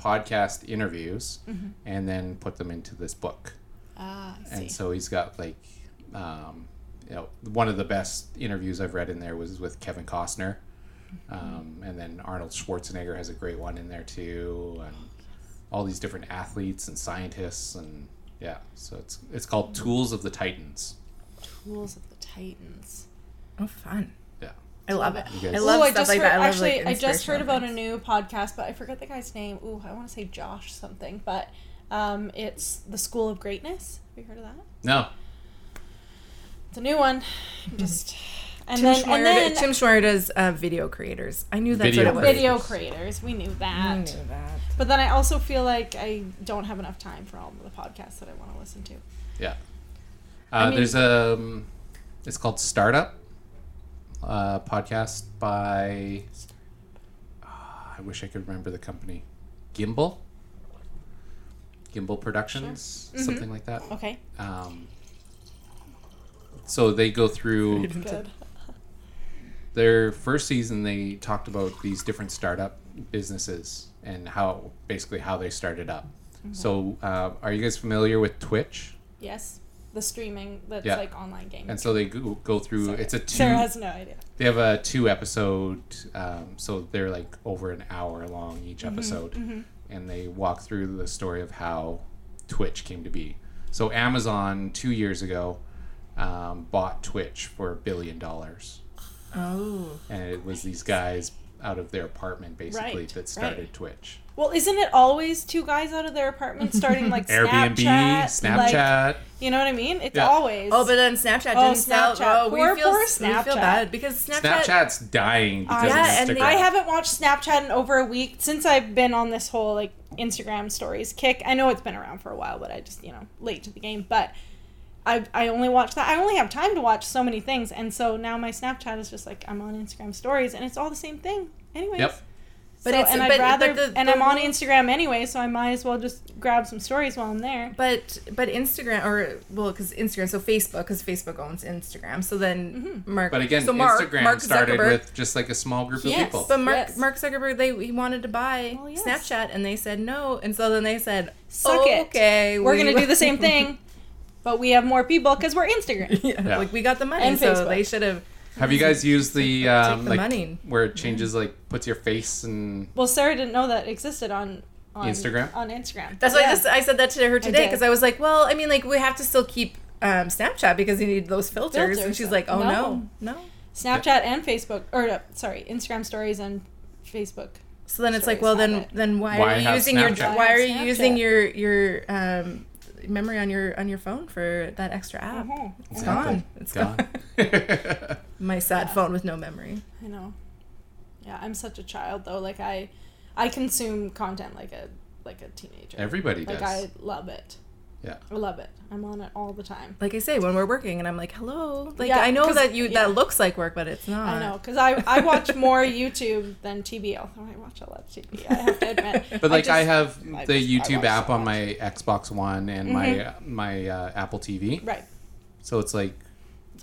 Speaker 1: podcast interviews
Speaker 3: Mm-hmm.
Speaker 1: and then put them into this book.
Speaker 3: Ah, I see.
Speaker 1: And so he's got like, um, you know, one of the best interviews I've read in there was with Kevin Costner,
Speaker 2: Mm-hmm.
Speaker 1: um, and then Arnold Schwarzenegger has a great one in there too,
Speaker 2: Oh,
Speaker 1: and all these different athletes and scientists and yeah. So it's it's called Tools of the Titans.
Speaker 3: Tools of the Titans.
Speaker 2: Oh, fun.
Speaker 1: Yeah.
Speaker 2: I love it.
Speaker 1: guys-
Speaker 2: I love
Speaker 3: Ooh,
Speaker 2: stuff like
Speaker 3: heard,
Speaker 2: that. I love,
Speaker 3: actually,
Speaker 2: like,
Speaker 3: I just heard
Speaker 2: inspirational
Speaker 3: about a
Speaker 2: things.
Speaker 3: new podcast, but I forget the guy's name. Ooh, I want to say Josh something, but um, it's the School of Greatness. Have you heard of that?
Speaker 1: No.
Speaker 3: It's a
Speaker 2: *laughs*
Speaker 3: new one. I'm just and
Speaker 2: Tim
Speaker 3: then
Speaker 2: Schmoyer,
Speaker 3: and then
Speaker 2: Tim Schmoyer does uh, video creators. I knew that's
Speaker 1: Video
Speaker 2: what it was.
Speaker 3: video creators. We knew
Speaker 2: I knew
Speaker 3: that,
Speaker 2: that.
Speaker 3: but then I also feel like I don't have enough time for all of the podcasts that I want to listen to.
Speaker 1: Yeah. Uh,
Speaker 2: mean-
Speaker 1: there's a. Um, it's called Startup. Uh, podcast by. Ah, I wish I could remember the company. Gimbal. Gimbal Productions,
Speaker 3: Mm-hmm.
Speaker 1: something like that.
Speaker 3: Okay,
Speaker 1: Um, so they go
Speaker 3: *laughs*
Speaker 1: through
Speaker 3: good.
Speaker 1: their first season they talked about these different startup businesses and how basically how they started up
Speaker 3: Mm-hmm.
Speaker 1: so uh, are you guys familiar with twitch
Speaker 3: Yes, the streaming that's
Speaker 1: Yeah.
Speaker 3: like online gaming.
Speaker 1: and so they go, go through it's a two
Speaker 3: Sarah has no idea.
Speaker 1: they have a two episode um, so they're like over an hour long each episode and they walk through the story of how twitch came to be so amazon two years ago um, bought twitch for a billion dollars
Speaker 2: Oh,
Speaker 1: and it was these guys out of their apartment basically
Speaker 3: Right,
Speaker 1: that started
Speaker 3: right.
Speaker 1: twitch
Speaker 3: Well, isn't it always two guys out of their apartment starting
Speaker 2: *laughs*
Speaker 3: like
Speaker 1: airbnb
Speaker 3: Snapchat?
Speaker 1: snapchat,
Speaker 3: like- you know what I mean? It's
Speaker 1: Yeah.
Speaker 3: always.
Speaker 2: oh, but then Snapchat didn't
Speaker 3: Oh,
Speaker 2: sell.
Speaker 3: Snapchat.
Speaker 2: Oh, we
Speaker 3: Poor,
Speaker 2: feel
Speaker 3: poor
Speaker 2: we feel
Speaker 3: Snapchat.
Speaker 2: bad because Snapchat.
Speaker 1: snapchat's dying because
Speaker 3: Yeah,
Speaker 1: of
Speaker 2: and
Speaker 1: Instagram.
Speaker 2: they-
Speaker 3: I haven't watched Snapchat in over a week since I've been on this whole like Instagram stories kick. I know it's been around for a while, but I just you know late to the game. But I I only watch that. I only have time to watch so many things, and so now my Snapchat is just like I'm on Instagram stories, and it's all the same thing. Anyways,
Speaker 1: yep
Speaker 2: But
Speaker 3: So-
Speaker 2: it's
Speaker 3: and
Speaker 2: but,
Speaker 3: I'd rather
Speaker 2: but the,
Speaker 3: and
Speaker 2: the
Speaker 3: I'm on
Speaker 2: whole-
Speaker 3: Instagram anyway, so I might as well just grab some stories while I'm there.
Speaker 2: But but Instagram or well, because Instagram, so Facebook, because Facebook owns Instagram. So then Mark,
Speaker 1: But again,
Speaker 2: so Mark,
Speaker 1: Instagram
Speaker 2: Mark
Speaker 1: started
Speaker 2: Zuckerberg-
Speaker 1: with just like a small group of
Speaker 3: Yes.
Speaker 1: people.
Speaker 2: But Mark
Speaker 3: Yes.
Speaker 2: Mark Zuckerberg, they he wanted to buy
Speaker 3: Well, yes.
Speaker 2: Snapchat, and they said no, and so then they said,
Speaker 3: Suck
Speaker 2: okay,
Speaker 3: it. We're
Speaker 2: we-
Speaker 3: gonna do the same thing, but we have more people because we're Instagram.
Speaker 2: *laughs* yeah,
Speaker 1: Yeah.
Speaker 2: like we got the money,
Speaker 3: And
Speaker 2: so
Speaker 3: Facebook.
Speaker 2: they should have.
Speaker 1: Have you guys used the um,
Speaker 2: the
Speaker 1: like
Speaker 2: money.
Speaker 1: where it changes like puts your face and
Speaker 3: Well, Sarah didn't know that existed on, on
Speaker 1: Instagram?
Speaker 3: On Instagram.
Speaker 2: That's why I,
Speaker 3: Yeah.
Speaker 2: just, I said that to her today
Speaker 3: did.
Speaker 2: because I was like, well, I mean, like we have to still keep um, Snapchat because you need those filters, and
Speaker 3: Filters,
Speaker 2: she's like, oh no,
Speaker 3: no.
Speaker 2: no.
Speaker 3: Snapchat and Facebook, or no, sorry, Instagram stories and Facebook.
Speaker 2: So then it's like, well,
Speaker 3: Stories have
Speaker 2: then
Speaker 3: it.
Speaker 2: then why,
Speaker 1: Why
Speaker 2: are you
Speaker 1: have
Speaker 2: using your
Speaker 1: Snapchat?
Speaker 2: why are
Speaker 3: Why
Speaker 2: you
Speaker 3: have
Speaker 2: using
Speaker 3: Snapchat?
Speaker 2: your your um, memory on your on your phone for that extra app?
Speaker 3: Mhm.
Speaker 2: It's
Speaker 1: Exactly.
Speaker 2: gone. It's gone. *laughs*
Speaker 1: gone.
Speaker 2: My sad phone with no memory.
Speaker 3: I know. Yeah, I'm such a child though. Like I, I consume content like a like a teenager.
Speaker 1: *laughs* Everybody
Speaker 3: like
Speaker 1: does.
Speaker 3: I love it.
Speaker 1: Yeah.
Speaker 3: I love it. I'm on it all the time.
Speaker 2: like I say, when we're working, and I'm like, hello. Like
Speaker 3: Yeah,
Speaker 2: I know
Speaker 3: 'cause-
Speaker 2: that you
Speaker 3: yeah.
Speaker 2: that looks like work, but it's not.
Speaker 3: I know, cause I I watch more YouTube than TV. Although Oh, I watch a lot of TV, I have to admit.
Speaker 1: *laughs* But like I,
Speaker 3: just-
Speaker 1: have
Speaker 3: I
Speaker 1: the
Speaker 3: just- I
Speaker 1: YouTube
Speaker 3: watch Mm-hmm.
Speaker 1: app
Speaker 3: so
Speaker 1: on
Speaker 3: much.
Speaker 1: my Xbox One and my my uh, Apple TV,
Speaker 3: right.
Speaker 1: so it's like,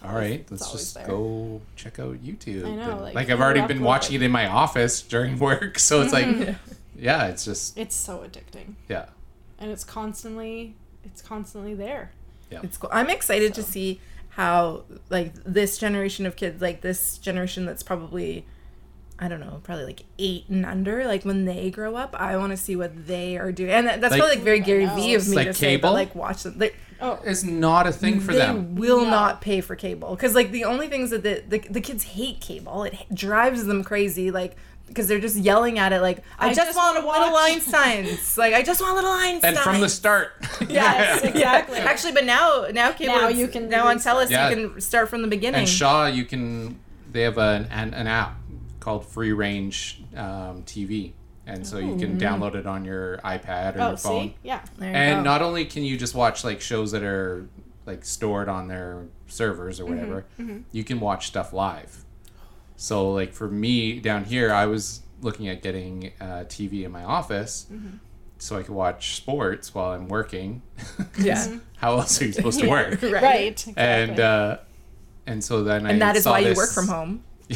Speaker 1: all
Speaker 3: always-
Speaker 1: right,
Speaker 3: it's
Speaker 1: let's
Speaker 3: always
Speaker 1: just
Speaker 3: there.
Speaker 1: go check out YouTube.
Speaker 3: I know,
Speaker 1: And,
Speaker 3: like,
Speaker 1: like I've
Speaker 3: I
Speaker 1: already
Speaker 3: walk
Speaker 1: been
Speaker 3: with
Speaker 1: watching
Speaker 3: it. Mm-hmm.
Speaker 1: it in my office during *laughs* work, so it's like, yeah, it's just
Speaker 3: It's so addicting,
Speaker 1: yeah.
Speaker 3: and it's constantly it's constantly there.
Speaker 2: It's cool. I'm excited to
Speaker 3: So.
Speaker 2: see how like this generation of kids, like this generation that's probably, I don't know, probably like eight and under. Like when they grow up, I want to see what they are doing, and that, that's
Speaker 1: Like-
Speaker 2: probably like very Gary
Speaker 3: know.
Speaker 2: Vee of
Speaker 3: It's
Speaker 2: me
Speaker 1: like
Speaker 2: to say, but
Speaker 1: cable?
Speaker 2: like watch them. They,
Speaker 3: Oh,
Speaker 1: It's not a thing for
Speaker 2: they
Speaker 1: them.
Speaker 2: will
Speaker 3: No.
Speaker 2: not pay for cable because like the only things that the, the, the kids hate cable it h- drives them crazy like because they're just yelling at it like i, just, want
Speaker 3: wanna
Speaker 2: little
Speaker 3: watch."
Speaker 2: einsteins like i just want little einsteins
Speaker 1: And from the start, *laughs*
Speaker 3: Yes,
Speaker 1: Yeah.
Speaker 3: exactly.
Speaker 2: actually but now now cable
Speaker 3: Now
Speaker 2: it's-
Speaker 3: you can
Speaker 2: now on
Speaker 3: restart.
Speaker 2: telus
Speaker 1: Yeah.
Speaker 2: you can start from the beginning
Speaker 1: And Shaw, you can. They have an an, an app called Free Range um, TV, and so you can download it on your iPad or
Speaker 3: oh,
Speaker 1: your phone.
Speaker 3: see, yeah,
Speaker 2: There you
Speaker 1: And
Speaker 2: go.
Speaker 1: not only can you just watch like shows that are like stored on their servers
Speaker 2: Mm-hmm,
Speaker 1: or whatever, you can watch stuff live. So like for me down here, I was looking at getting a TV in my office.
Speaker 2: Mm-hmm.
Speaker 1: So I could watch sports while I'm working. *laughs* 'Cause
Speaker 2: Yeah.
Speaker 1: How else are you supposed
Speaker 2: *laughs*
Speaker 1: to work?
Speaker 2: right,
Speaker 3: right.
Speaker 1: and
Speaker 3: exactly.
Speaker 1: uh, and so then I
Speaker 2: and that is
Speaker 1: saw
Speaker 2: why you
Speaker 1: this-
Speaker 2: work from home
Speaker 1: *laughs*
Speaker 2: Mm-hmm.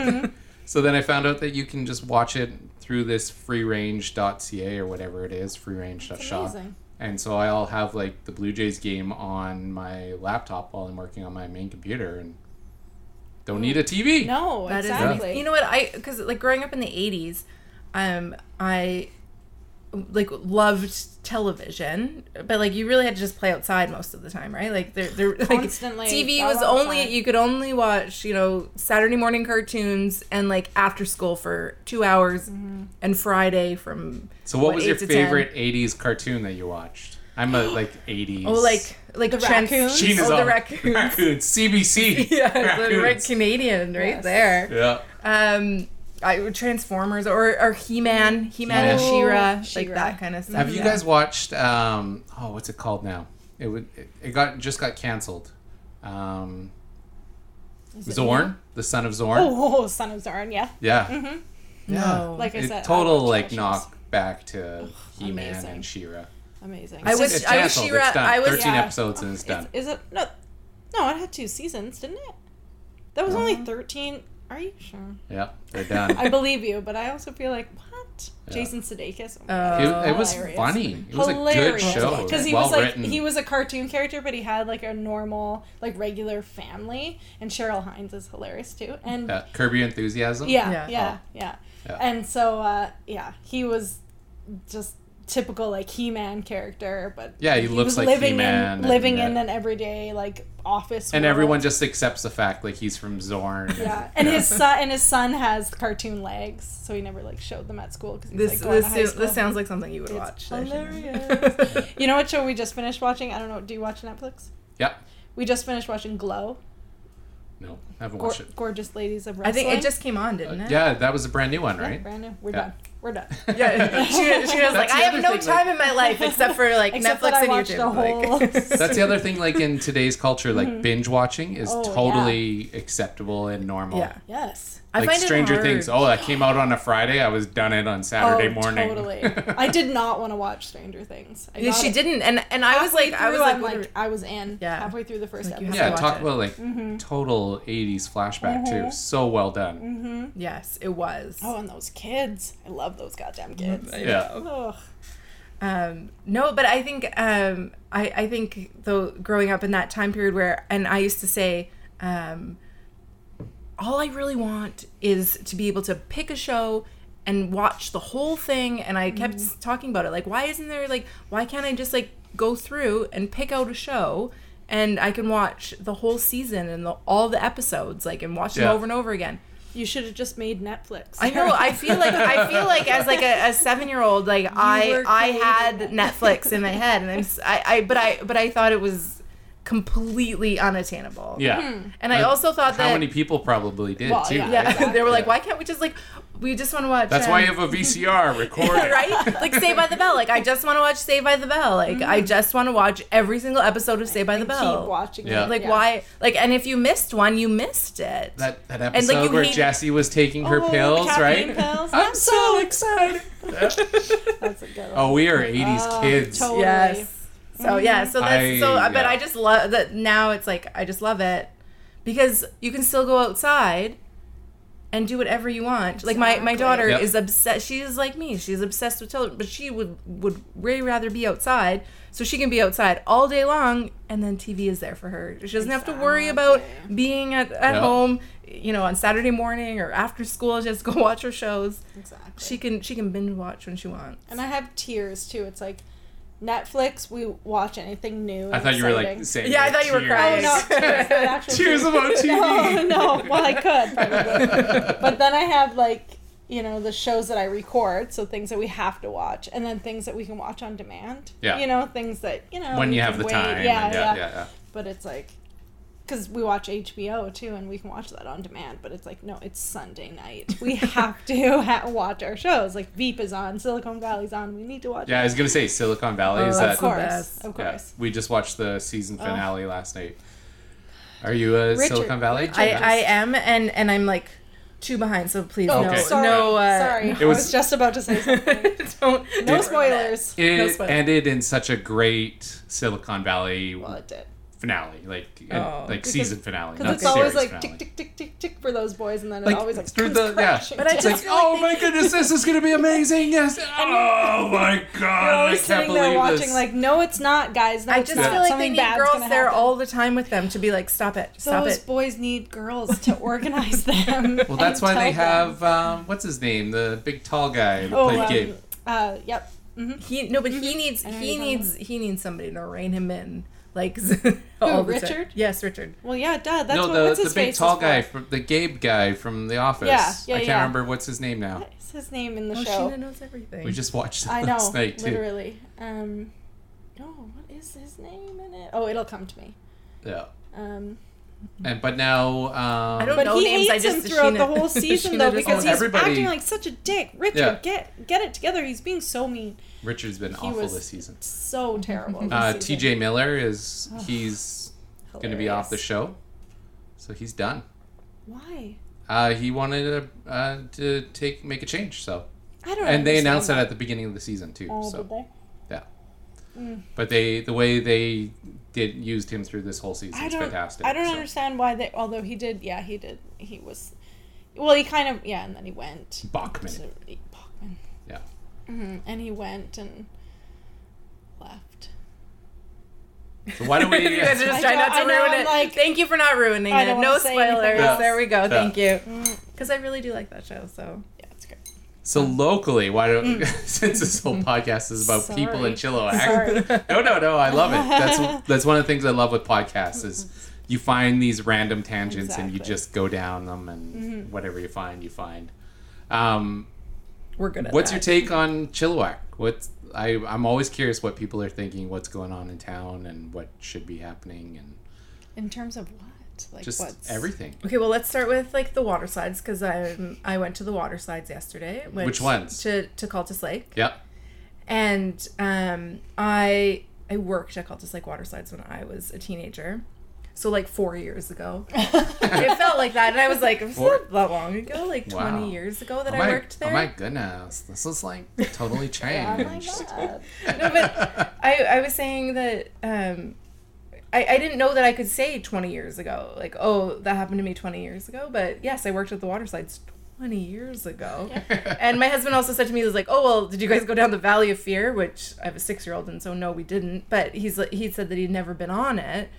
Speaker 1: Yes. so then I found out that you can just watch it through this freerange.ca or whatever it is, freerange.shop.
Speaker 3: amazing.
Speaker 1: And so I'll have like the Blue Jays game on my laptop while I'm working on my main computer and don't need
Speaker 2: Mm.
Speaker 1: a TV.
Speaker 3: no,
Speaker 2: That is
Speaker 3: exactly.
Speaker 2: amazing. You know what? I because like growing up in the '80s, um, I like loved television, but like you really had to just play outside most of the time, right? Like there, there, like,
Speaker 3: Constantly
Speaker 2: TV
Speaker 3: out
Speaker 2: was only
Speaker 3: outside.
Speaker 2: you could only watch you know Saturday morning cartoons and like after school for two hours,
Speaker 3: Mm-hmm.
Speaker 2: and Friday from
Speaker 1: So what, was your
Speaker 2: 8 to 10?
Speaker 1: favorite 80s cartoon that you watched? I'm a like 80s.
Speaker 2: *gasps* Oh, like like
Speaker 3: The
Speaker 2: trans-
Speaker 3: raccoons?
Speaker 1: Sheen is
Speaker 2: Oh, the
Speaker 1: on. *laughs*
Speaker 2: raccoons.
Speaker 1: CBC.
Speaker 2: *laughs* Yeah, the
Speaker 1: Raccoons.
Speaker 2: right Canadian right
Speaker 3: Yes.
Speaker 2: there.
Speaker 1: Yeah.
Speaker 2: um I, Transformers or, or He Man, He Man and
Speaker 1: Yeah.
Speaker 2: She Ra, like
Speaker 3: Mm-hmm. Oh, She-Ra. Mm-hmm.
Speaker 2: that kind of stuff.
Speaker 1: Have you
Speaker 2: yeah.
Speaker 1: guys watched? Um, oh, what's it called now? It would. It, it got just got canceled. Um,
Speaker 3: it
Speaker 1: Zorn, the son of Zorn.
Speaker 3: *laughs* Oh, Mm-hmm. Son of Zarn, yeah.
Speaker 1: Yeah. Yeah.
Speaker 2: No.
Speaker 3: Oh, Like I
Speaker 1: It-
Speaker 3: said, I
Speaker 1: total
Speaker 3: watch
Speaker 1: like
Speaker 3: all shows.
Speaker 1: knock back to He Man
Speaker 3: amazing.
Speaker 1: and Shira.
Speaker 3: Amazing.
Speaker 2: I wish
Speaker 1: It's
Speaker 2: I wish
Speaker 1: canceled,
Speaker 2: She Ra.
Speaker 1: it's done.
Speaker 2: I wish.
Speaker 1: Thirteen
Speaker 3: Yeah.
Speaker 1: episodes and it's done.
Speaker 3: Is, is it no? No, it had two seasons, didn't it? That was
Speaker 2: Uh-huh.
Speaker 3: only thirteen. Are you
Speaker 2: *laughs*
Speaker 3: sure?
Speaker 1: yeah, they're done.
Speaker 3: I believe you, but I also feel like what?
Speaker 1: Yeah.
Speaker 3: Jason Sudeikis. Oh my
Speaker 2: Uh,
Speaker 3: God.
Speaker 1: it, it was
Speaker 3: Hilarious.
Speaker 1: funny. It was
Speaker 3: Hilarious.
Speaker 1: a good show.
Speaker 3: Because he
Speaker 1: well
Speaker 3: was like
Speaker 1: written.
Speaker 3: he was a cartoon character, but he had like a normal, like regular family. And Cheryl Hines is hilarious too. And
Speaker 1: yeah. Curb Your Enthusiasm.
Speaker 3: Yeah,
Speaker 2: Yeah.
Speaker 3: yeah, yeah.
Speaker 1: Yeah.
Speaker 3: And so, uh, yeah, he was just typical like He-Man character, but
Speaker 1: Yeah, he looks
Speaker 3: was
Speaker 1: like
Speaker 3: living
Speaker 1: He-Man
Speaker 3: in
Speaker 1: and,
Speaker 3: living
Speaker 1: uh,
Speaker 3: in an everyday like office,
Speaker 1: And
Speaker 3: world.
Speaker 1: everyone just accepts the fact like he's from Zorn.
Speaker 3: Yeah, and his *laughs* son and his son has cartoon legs, so he never like showed them at school because
Speaker 2: This
Speaker 3: like, going
Speaker 2: this,
Speaker 3: to high
Speaker 2: is-
Speaker 3: school.
Speaker 2: this sounds like something you would
Speaker 3: It's
Speaker 2: watch. there, Shannon.
Speaker 3: hilarious. you know what show we just finished watching? I don't know. Do you watch Netflix?
Speaker 1: Yeah.
Speaker 3: We just finished watching Glow,
Speaker 1: No, I haven't
Speaker 3: Gor-
Speaker 1: watched it.
Speaker 3: Gorgeous Ladies
Speaker 2: *laughs*
Speaker 3: of
Speaker 2: I
Speaker 3: Wrestling.
Speaker 2: think it just came on, didn't it?
Speaker 1: Yeah, that was a brand new one,
Speaker 3: Yeah,
Speaker 1: right?
Speaker 3: brand new. We're
Speaker 1: Yeah.
Speaker 3: done.
Speaker 1: *laughs*
Speaker 3: We're done.
Speaker 2: Yeah, *laughs* she,
Speaker 3: *laughs*
Speaker 2: she was like,
Speaker 1: That's the
Speaker 2: I have
Speaker 1: other
Speaker 2: no
Speaker 1: thing,
Speaker 2: time in my life except for like
Speaker 3: Except
Speaker 2: Netflix
Speaker 3: that I
Speaker 2: and
Speaker 3: watched
Speaker 2: YouTube.
Speaker 3: a
Speaker 2: *laughs*
Speaker 3: whole.
Speaker 2: Like,
Speaker 1: That's the other thing, like in today's culture,
Speaker 2: Mm-hmm.
Speaker 1: like binge watching is
Speaker 3: Oh, yeah.
Speaker 1: totally acceptable and normal.
Speaker 2: yeah,
Speaker 3: yes.
Speaker 2: I
Speaker 1: Like
Speaker 2: find
Speaker 1: Stranger
Speaker 2: it hard.
Speaker 1: Things. Oh, that came out on a Friday. I was done it on Saturday
Speaker 3: oh,
Speaker 1: morning. *laughs*
Speaker 3: Totally. I did not want to watch Stranger Things. I
Speaker 2: Yeah,
Speaker 3: got
Speaker 2: she
Speaker 3: it
Speaker 2: didn't, and and I was
Speaker 3: halfway
Speaker 2: like, I was
Speaker 3: through,
Speaker 2: like,
Speaker 3: I'm
Speaker 2: what are-
Speaker 3: I was in.
Speaker 2: Yeah.
Speaker 3: Halfway through the first
Speaker 2: Like, you
Speaker 3: episode.
Speaker 2: have
Speaker 1: yeah,
Speaker 2: watch
Speaker 1: talk
Speaker 2: it. Mm-hmm.
Speaker 1: about like total 80s flashback too. So well done.
Speaker 2: yes, it was.
Speaker 3: Oh, and those kids. I love those goddamn kids.
Speaker 2: Mm-hmm.
Speaker 1: Yeah.
Speaker 3: Ugh.
Speaker 2: Um, no, but I think um, I I think though growing up in that time period where, and I used to say. Um, all I really want is to be able to pick a show and watch the whole thing. And I kept s- talking about it. Like, why isn't there, like, why can't I just, like, go through and pick out a show and I can watch the whole season and the, all the episodes, like, and watch them
Speaker 1: Yeah.
Speaker 2: over and over again?
Speaker 3: You should have just made Netflix.
Speaker 2: I
Speaker 3: *laughs*
Speaker 2: know. I feel like I feel like as like a, a seven year old, like I
Speaker 3: were
Speaker 2: I
Speaker 3: created
Speaker 2: had Netflix in my head, and I'm s- I, I- but I but I thought it was completely unattainable.
Speaker 1: Yeah.
Speaker 2: and I also thought
Speaker 1: How
Speaker 2: that
Speaker 1: many people probably did
Speaker 3: Well,
Speaker 1: too?
Speaker 3: yeah.
Speaker 2: Mm-hmm. *laughs* yeah,
Speaker 1: *laughs*
Speaker 2: *laughs*
Speaker 1: right?
Speaker 2: they were like,
Speaker 1: Yeah.
Speaker 2: why can't we just like we just want to watch?
Speaker 1: That's why you
Speaker 2: um,
Speaker 1: have a
Speaker 2: *laughs*
Speaker 1: VCR recorded.
Speaker 2: right? Like Saved by the Bell. Like I just want to watch Saved by the Bell. Like I just want to watch every single episode of Saved by the Bell.
Speaker 3: Mm-hmm. Keep watching
Speaker 1: Yeah.
Speaker 3: it.
Speaker 2: Like
Speaker 3: yeah.
Speaker 2: why? Like and if you missed one, you missed it.
Speaker 1: That, that
Speaker 2: like,
Speaker 1: episode
Speaker 2: you
Speaker 1: where
Speaker 2: hate-
Speaker 1: Jessie was taking her
Speaker 3: Oh,
Speaker 1: pills,
Speaker 3: caffeine
Speaker 1: right?
Speaker 3: pills.
Speaker 1: I'm so
Speaker 2: *laughs*
Speaker 1: excited.
Speaker 3: That's a
Speaker 1: *laughs*
Speaker 3: good one.
Speaker 1: oh, we are 80s
Speaker 3: Oh,
Speaker 1: kids.
Speaker 3: totally. Mm-hmm.
Speaker 2: Yes. So yeah, so that's
Speaker 1: I-
Speaker 2: so. But
Speaker 1: yeah.
Speaker 2: I just love that now. It's like I just love it because you can still go outside and do whatever you want. Like my my
Speaker 3: Exactly.
Speaker 2: daughter
Speaker 1: Yep.
Speaker 2: is obsessed. She is like me. She's obsessed with children, but she would would way rather be outside. So she can be outside all day long, and then TV is there for her. She doesn't have to worry about
Speaker 3: Exactly.
Speaker 2: being at, at
Speaker 1: Yeah.
Speaker 2: home, you know, on Saturday morning or after school. Just go watch her shows.
Speaker 3: Exactly.
Speaker 2: She can she can binge watch when she wants.
Speaker 3: and I have tears too. It's like Netflix. We watch anything new. and
Speaker 1: I thought you were like saying
Speaker 3: exciting.
Speaker 2: Yeah, I thought you were
Speaker 1: tears.
Speaker 3: Oh
Speaker 2: crying.
Speaker 3: no! Tears, but
Speaker 1: *laughs*
Speaker 3: actual
Speaker 1: Tears
Speaker 3: *laughs*
Speaker 1: about
Speaker 3: No,
Speaker 1: TV.
Speaker 3: Oh, no. Well, I
Speaker 1: *laughs*
Speaker 3: could, probably. but then I have like you know the shows that I record, so things that we have to watch, and then things that we can watch on demand.
Speaker 1: Yeah.
Speaker 3: You know things that you know
Speaker 1: When
Speaker 3: we
Speaker 1: you
Speaker 3: can
Speaker 1: have the
Speaker 3: wait.
Speaker 1: time.
Speaker 3: Yeah,
Speaker 1: and
Speaker 3: yeah,
Speaker 1: yeah, yeah.
Speaker 3: But it's like because we watch HBO too, and we can watch that on demand. But it's like no, it's Sunday night.
Speaker 1: *laughs*
Speaker 3: We have to ha- watch our shows. Like Veep is on, Silicon Valley's on. We need to watch.
Speaker 1: Yeah, I
Speaker 3: it.
Speaker 1: was gonna say Silicon Valley.
Speaker 2: Oh,
Speaker 1: is
Speaker 2: that's
Speaker 1: that
Speaker 3: of
Speaker 2: the
Speaker 3: course,
Speaker 2: best.
Speaker 3: of
Speaker 1: Yeah,
Speaker 3: course. Oh.
Speaker 1: we just watched the season finale last night. Are you a
Speaker 3: Richard-
Speaker 1: Silicon Valley?
Speaker 3: Richard-
Speaker 2: I,
Speaker 1: Yeah.
Speaker 2: I am, and and I'm like two behind, so please
Speaker 3: Oh,
Speaker 2: no,
Speaker 1: Okay.
Speaker 3: sorry.
Speaker 2: no, uh,
Speaker 3: sorry.
Speaker 1: It
Speaker 3: I
Speaker 1: was-
Speaker 3: was just about to say something.
Speaker 2: *laughs* don't,
Speaker 3: No
Speaker 2: don't ruin it.
Speaker 3: spoilers.
Speaker 1: *laughs*
Speaker 2: No
Speaker 1: it
Speaker 2: spoilers.
Speaker 1: ended in such a great Silicon Valley
Speaker 3: Well, it did.
Speaker 1: finale, like and-
Speaker 2: Oh.
Speaker 1: like
Speaker 3: Because-
Speaker 1: season finale,
Speaker 3: Because
Speaker 1: not
Speaker 3: it's always
Speaker 1: series
Speaker 3: like
Speaker 1: finale.
Speaker 3: tick, tick, tick, tick, tick for those boys, and then
Speaker 1: Like,
Speaker 3: it always like
Speaker 1: through
Speaker 3: comes
Speaker 1: the- yeah.
Speaker 3: crashing.
Speaker 2: But I
Speaker 1: It's
Speaker 3: down.
Speaker 1: like,
Speaker 2: just feel like
Speaker 1: oh
Speaker 2: they-
Speaker 1: my goodness, this is gonna be amazing! Yes! Oh my god! I
Speaker 3: We're
Speaker 1: can't
Speaker 3: sitting
Speaker 1: believe
Speaker 3: there watching,
Speaker 1: this.
Speaker 3: like, no, it's not, guys. No,
Speaker 2: I
Speaker 3: it's
Speaker 2: just
Speaker 3: not.
Speaker 2: feel like they
Speaker 3: Something
Speaker 2: need
Speaker 3: bad's
Speaker 2: girls
Speaker 3: gonna
Speaker 2: there
Speaker 3: happen.
Speaker 2: all the time with them to be like, stop it, stop
Speaker 3: Those
Speaker 2: it.
Speaker 3: boys need girls *laughs* to organize them.
Speaker 1: well, that's
Speaker 3: and
Speaker 1: why they
Speaker 3: tell
Speaker 1: have um, what's his name, the big tall guy
Speaker 3: them.
Speaker 1: that
Speaker 3: Oh,
Speaker 1: played
Speaker 3: um,
Speaker 1: Gabe.
Speaker 3: uh, yep. hmm
Speaker 2: He no, but he needs
Speaker 3: I know
Speaker 2: he
Speaker 3: you're talking
Speaker 2: needs he needs somebody to rein him in, like *laughs* all the time.
Speaker 3: Richard?
Speaker 2: Yes, Richard.
Speaker 3: Well, yeah, duh. That's
Speaker 1: No,
Speaker 3: what
Speaker 1: the
Speaker 3: what's
Speaker 1: the
Speaker 3: his
Speaker 1: big
Speaker 3: face
Speaker 1: tall
Speaker 3: is
Speaker 1: guy
Speaker 3: for.
Speaker 1: from the Gabe guy from The Office.
Speaker 3: Yeah, yeah,
Speaker 1: I can't
Speaker 3: yeah.
Speaker 1: remember what's his name now.
Speaker 3: What's his name in the
Speaker 2: Oh,
Speaker 3: show?
Speaker 2: Sheena knows everything.
Speaker 1: We
Speaker 2: *laughs*
Speaker 1: just *laughs* watched it
Speaker 3: I know,
Speaker 1: last night too.
Speaker 3: literally. Um, no, what is his name in it? Oh, it'll come to me.
Speaker 1: Yeah.
Speaker 3: Um,
Speaker 1: And but now um,
Speaker 2: I don't
Speaker 3: but
Speaker 2: know
Speaker 3: he
Speaker 2: names,
Speaker 3: hates
Speaker 2: I just-
Speaker 3: him throughout
Speaker 2: Sheena-
Speaker 1: *laughs*
Speaker 3: the whole season
Speaker 2: Sheena
Speaker 3: though
Speaker 2: just-
Speaker 3: because
Speaker 1: Oh,
Speaker 3: he's
Speaker 1: everybody-
Speaker 3: acting like such a dick. Richard,
Speaker 1: Yeah.
Speaker 3: get get it together. He's being so mean,
Speaker 1: Richard's been
Speaker 3: He
Speaker 1: awful
Speaker 3: was-
Speaker 1: this season. *laughs*
Speaker 3: so terrible. this
Speaker 1: Uh,
Speaker 3: season.
Speaker 1: TJ Miller is he's going to be off the
Speaker 3: Hilarious.
Speaker 1: show, so he's done.
Speaker 3: Why?
Speaker 1: Uh, he wanted uh uh, to take make a change, so
Speaker 3: I don't.
Speaker 1: and they
Speaker 3: understand
Speaker 1: announced that
Speaker 3: that.
Speaker 1: at the beginning of the season too.
Speaker 3: Oh,
Speaker 1: so
Speaker 3: did they?
Speaker 1: yeah,
Speaker 3: Mm.
Speaker 1: but they the way they did used him through this whole season
Speaker 3: I
Speaker 1: is
Speaker 3: don't.
Speaker 1: fantastic.
Speaker 3: I don't
Speaker 1: so.
Speaker 3: understand why they. Although he did, yeah, he did. He was. Well, he kind of yeah, and then he went.
Speaker 1: Bachman.
Speaker 3: to Bachman.
Speaker 1: Yeah.
Speaker 3: hmm And he went and left.
Speaker 1: So
Speaker 3: *laughs*
Speaker 1: why don't we?
Speaker 2: you guys are just
Speaker 3: I
Speaker 2: trying
Speaker 3: know-
Speaker 2: not to
Speaker 3: I know,
Speaker 2: ruin
Speaker 3: I'm
Speaker 2: it.
Speaker 3: like-
Speaker 2: Thank you for not ruining
Speaker 3: I
Speaker 2: it.
Speaker 3: don't
Speaker 2: No
Speaker 3: wanna say anything Mm.
Speaker 2: spoilers.
Speaker 3: else.
Speaker 2: There we go.
Speaker 1: Yeah.
Speaker 2: Thank you. Because I really do like that show. So
Speaker 3: Yeah, it's great.
Speaker 1: So locally, why
Speaker 3: Mm.
Speaker 1: don't *laughs* since this whole podcast is about people in Chilliwack? No, no, no. I love it.
Speaker 3: *laughs*
Speaker 1: That's that's one of the things I love with podcasts is you find these random tangents and you
Speaker 3: Exactly. Mm-hmm.
Speaker 1: just go down them and whatever you find, you find. Um,
Speaker 2: *laughs* we're good at
Speaker 1: what's your
Speaker 2: that.
Speaker 1: take on Chilliwack? What's I I'm always curious what people are thinking, what's going on in town, and what should be happening. And
Speaker 3: In terms of what? it? Like
Speaker 1: Just
Speaker 3: what's
Speaker 1: everything.
Speaker 2: Okay, well, let's start with like the water slides because I I went to the water slides yesterday. Went
Speaker 1: Which ones?
Speaker 2: To to Cultus Lake,
Speaker 1: Yep.
Speaker 2: and um, I I worked at Cultus Lake water slides when I was a teenager, so like four
Speaker 1: *laughs*
Speaker 2: years ago. it felt like that, and I was like, it was
Speaker 1: Four-
Speaker 2: not that long ago, like
Speaker 1: Wow.
Speaker 2: twenty years ago that
Speaker 1: oh
Speaker 2: I
Speaker 1: my,
Speaker 2: worked there.
Speaker 1: Oh my goodness, this is like totally
Speaker 3: *laughs* Oh
Speaker 1: *laughs*
Speaker 3: my
Speaker 1: changed.
Speaker 3: god.
Speaker 2: no,
Speaker 1: *laughs*
Speaker 2: but I, I was saying that um, I, I didn't know that I could say 20 years ago. Like, oh, that happened to me 20 years ago. But yes, I worked at the water slides 20 years ago. *laughs* and my husband also said to me, he was like, oh, well, did you guys go down the Valley of Fear? Which I have a six year old, and so no, we didn't. But he's like- he said that he'd never been on it.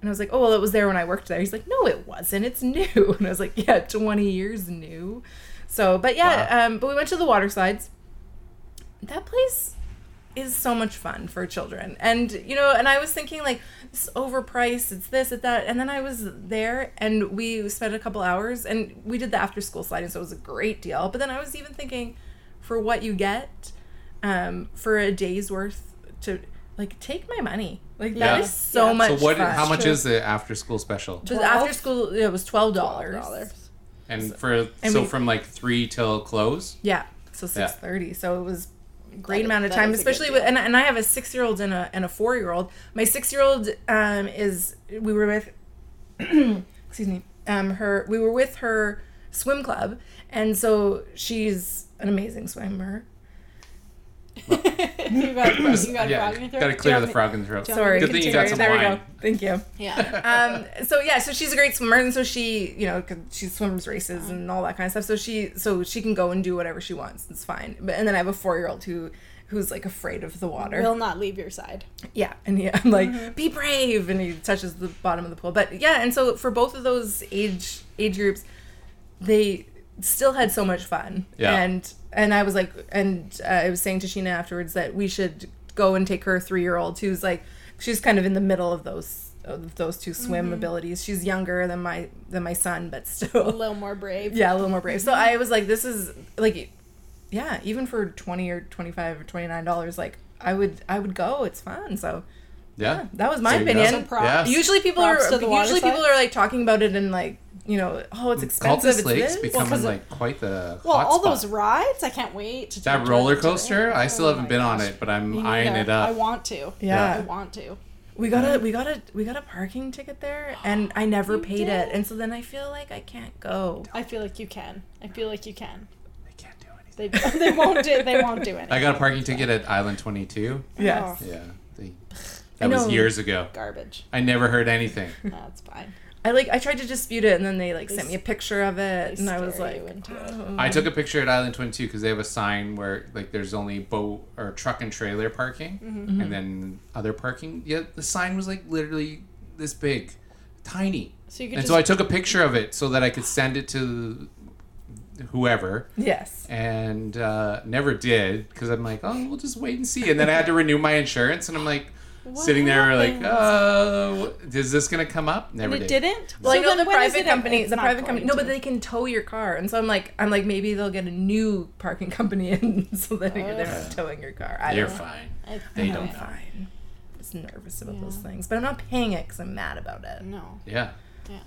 Speaker 2: And I was like, oh, well, it was there when I worked there. He's like, no, it wasn't. It's new. *laughs* And I was like, yeah, 20 years new. So, but yeah, um, but we went to the water slides. That place is so much fun for children. And, you know, and I was thinking, like, it's overpriced, it's this, it's that. And then I was there and we spent a couple hours and we did the after school slide, and so it was a great deal. But then I was even thinking, for what you get, um, for a day's worth to, like, take my money. Like, that is
Speaker 1: Yeah.
Speaker 2: so
Speaker 3: Yeah.
Speaker 2: much
Speaker 1: So what?
Speaker 2: fun.
Speaker 1: How much
Speaker 3: True.
Speaker 1: is the after school special?
Speaker 2: Just
Speaker 3: 12?
Speaker 2: after school, it was twelve dollars.
Speaker 3: $12.
Speaker 1: And for
Speaker 2: and
Speaker 1: so
Speaker 2: we-
Speaker 1: from like three till close.
Speaker 2: Yeah, so
Speaker 1: Yeah.
Speaker 2: six thirty. So it was a great
Speaker 3: That-
Speaker 2: amount of
Speaker 3: that
Speaker 2: time,
Speaker 3: is a good
Speaker 2: especially with,
Speaker 3: deal.
Speaker 2: and and I have a six year old and a and a four year old. My six year old um is we were with, *clears throat* excuse me, um her we were with her swim club, and so she's an amazing swimmer.
Speaker 3: *laughs* you got a frog- you got a
Speaker 1: yeah,
Speaker 3: frog in your throat?
Speaker 1: gotta
Speaker 3: Do you
Speaker 1: clear
Speaker 3: want
Speaker 1: the
Speaker 3: me-
Speaker 1: frog in the throat.
Speaker 3: do you want me
Speaker 2: Sorry,
Speaker 1: Good thing you got
Speaker 2: sorry,
Speaker 1: some
Speaker 2: there we
Speaker 1: wine.
Speaker 2: go. Thank you.
Speaker 3: Yeah. *laughs*
Speaker 2: um, so yeah, so she's a great swimmer, and so she, you know, 'cause she swims races and all that kind of stuff. So she, so she can go and do whatever she wants. It's fine. But and then I have a four year old who, who's like afraid of the water.
Speaker 3: Will not leave your side.
Speaker 2: Yeah, and he, *laughs* I'm like, be brave, and he touches the bottom of the pool. But yeah, and so for both of those age age groups, they still had so much fun.
Speaker 1: Yeah.
Speaker 2: And and I was like, and uh, I was saying to Sheena afterwards that we should go and take her three year old who's like, she's kind of in the middle of those of those two swim abilities. She's younger than my than my son, but
Speaker 3: A
Speaker 2: still,
Speaker 3: little more brave.
Speaker 2: *laughs* yeah, a little more brave. So I was like, this is like, yeah, even for twenty or twenty five or twenty nine dollars, like I would I would go. It's fun. So.
Speaker 1: Yeah.
Speaker 2: That was my
Speaker 1: So, yeah.
Speaker 2: opinion.
Speaker 3: So props.
Speaker 1: Yeah.
Speaker 2: Usually people are
Speaker 3: Props to the water
Speaker 2: usually people
Speaker 3: side.
Speaker 2: are like talking about it and like you know oh
Speaker 1: Mm,
Speaker 2: it's expensive
Speaker 1: Cultus
Speaker 2: it's
Speaker 1: Lake's
Speaker 2: this.
Speaker 1: becoming
Speaker 3: 'cause it-
Speaker 1: like quite the
Speaker 3: Well,
Speaker 1: hot
Speaker 3: all
Speaker 1: spot.
Speaker 3: those rides, I can't wait to
Speaker 1: that
Speaker 3: to-
Speaker 1: roller
Speaker 3: to-
Speaker 1: coaster. I still
Speaker 3: Oh
Speaker 1: haven't
Speaker 3: my
Speaker 1: been on
Speaker 3: gosh.
Speaker 1: it, but I'm
Speaker 3: Me
Speaker 1: eyeing
Speaker 3: neither.
Speaker 1: it up.
Speaker 3: I want to.
Speaker 2: Yeah.
Speaker 3: I want to.
Speaker 2: we got
Speaker 1: Mm.
Speaker 2: a we got a we got a parking ticket there and I never
Speaker 3: You
Speaker 2: paid it
Speaker 3: did?
Speaker 2: and so then I feel like I can't go.
Speaker 3: I feel like you can. I feel like you can.
Speaker 1: I can't do anything.
Speaker 3: They *laughs* they won't do they won't do anything.
Speaker 1: I got a parking ticket at Island Twenty Two.
Speaker 2: Yes.
Speaker 3: Oh,
Speaker 1: Yeah. They-
Speaker 2: I
Speaker 1: that was
Speaker 2: know.
Speaker 1: years ago.
Speaker 3: garbage.
Speaker 1: I never heard
Speaker 3: *laughs*
Speaker 1: anything.
Speaker 3: That's fine.
Speaker 2: I like I tried to dispute it and then they like
Speaker 3: They
Speaker 2: sent me a
Speaker 3: s-
Speaker 2: picture of it
Speaker 3: they
Speaker 2: and I was
Speaker 3: scare
Speaker 2: like
Speaker 3: you into it.
Speaker 2: "Oh."
Speaker 1: I took a picture at Island 22 because they have a sign where like there's only boat or truck and trailer parking,
Speaker 3: Mm-hmm.
Speaker 1: and then other parking. Yeah, the sign was like literally this big, tiny.
Speaker 3: So you could
Speaker 1: And
Speaker 3: just
Speaker 1: so I took a picture of it so that I could send it to whoever,
Speaker 2: yes.
Speaker 1: and uh, never did because I'm like, oh, we'll just wait and see. And then I
Speaker 3: *laughs*
Speaker 1: had to renew my insurance, and I'm like. sitting there
Speaker 3: happened?
Speaker 1: like, oh, is this gonna come up? Never
Speaker 3: and it
Speaker 1: did.
Speaker 3: didn't.
Speaker 2: Well, I
Speaker 3: So
Speaker 2: know
Speaker 3: then
Speaker 2: the
Speaker 3: when is
Speaker 2: private
Speaker 3: it-
Speaker 2: company,
Speaker 3: it's
Speaker 2: the
Speaker 3: not
Speaker 2: private company.
Speaker 3: going
Speaker 2: No,
Speaker 3: to.
Speaker 2: but they can tow your car, and so I'm like, I'm like, maybe they'll get a new parking *laughs* company, and so that
Speaker 3: Oh.
Speaker 2: they're not towing your car. I
Speaker 1: You're
Speaker 2: don't know.
Speaker 1: fine.
Speaker 3: It's
Speaker 1: They
Speaker 3: not
Speaker 1: don't
Speaker 3: going
Speaker 1: know.
Speaker 2: fine. I'm just nervous about those things, but I'm not paying it because I'm mad about it.
Speaker 3: to. No.
Speaker 1: Yeah.
Speaker 3: Yeah.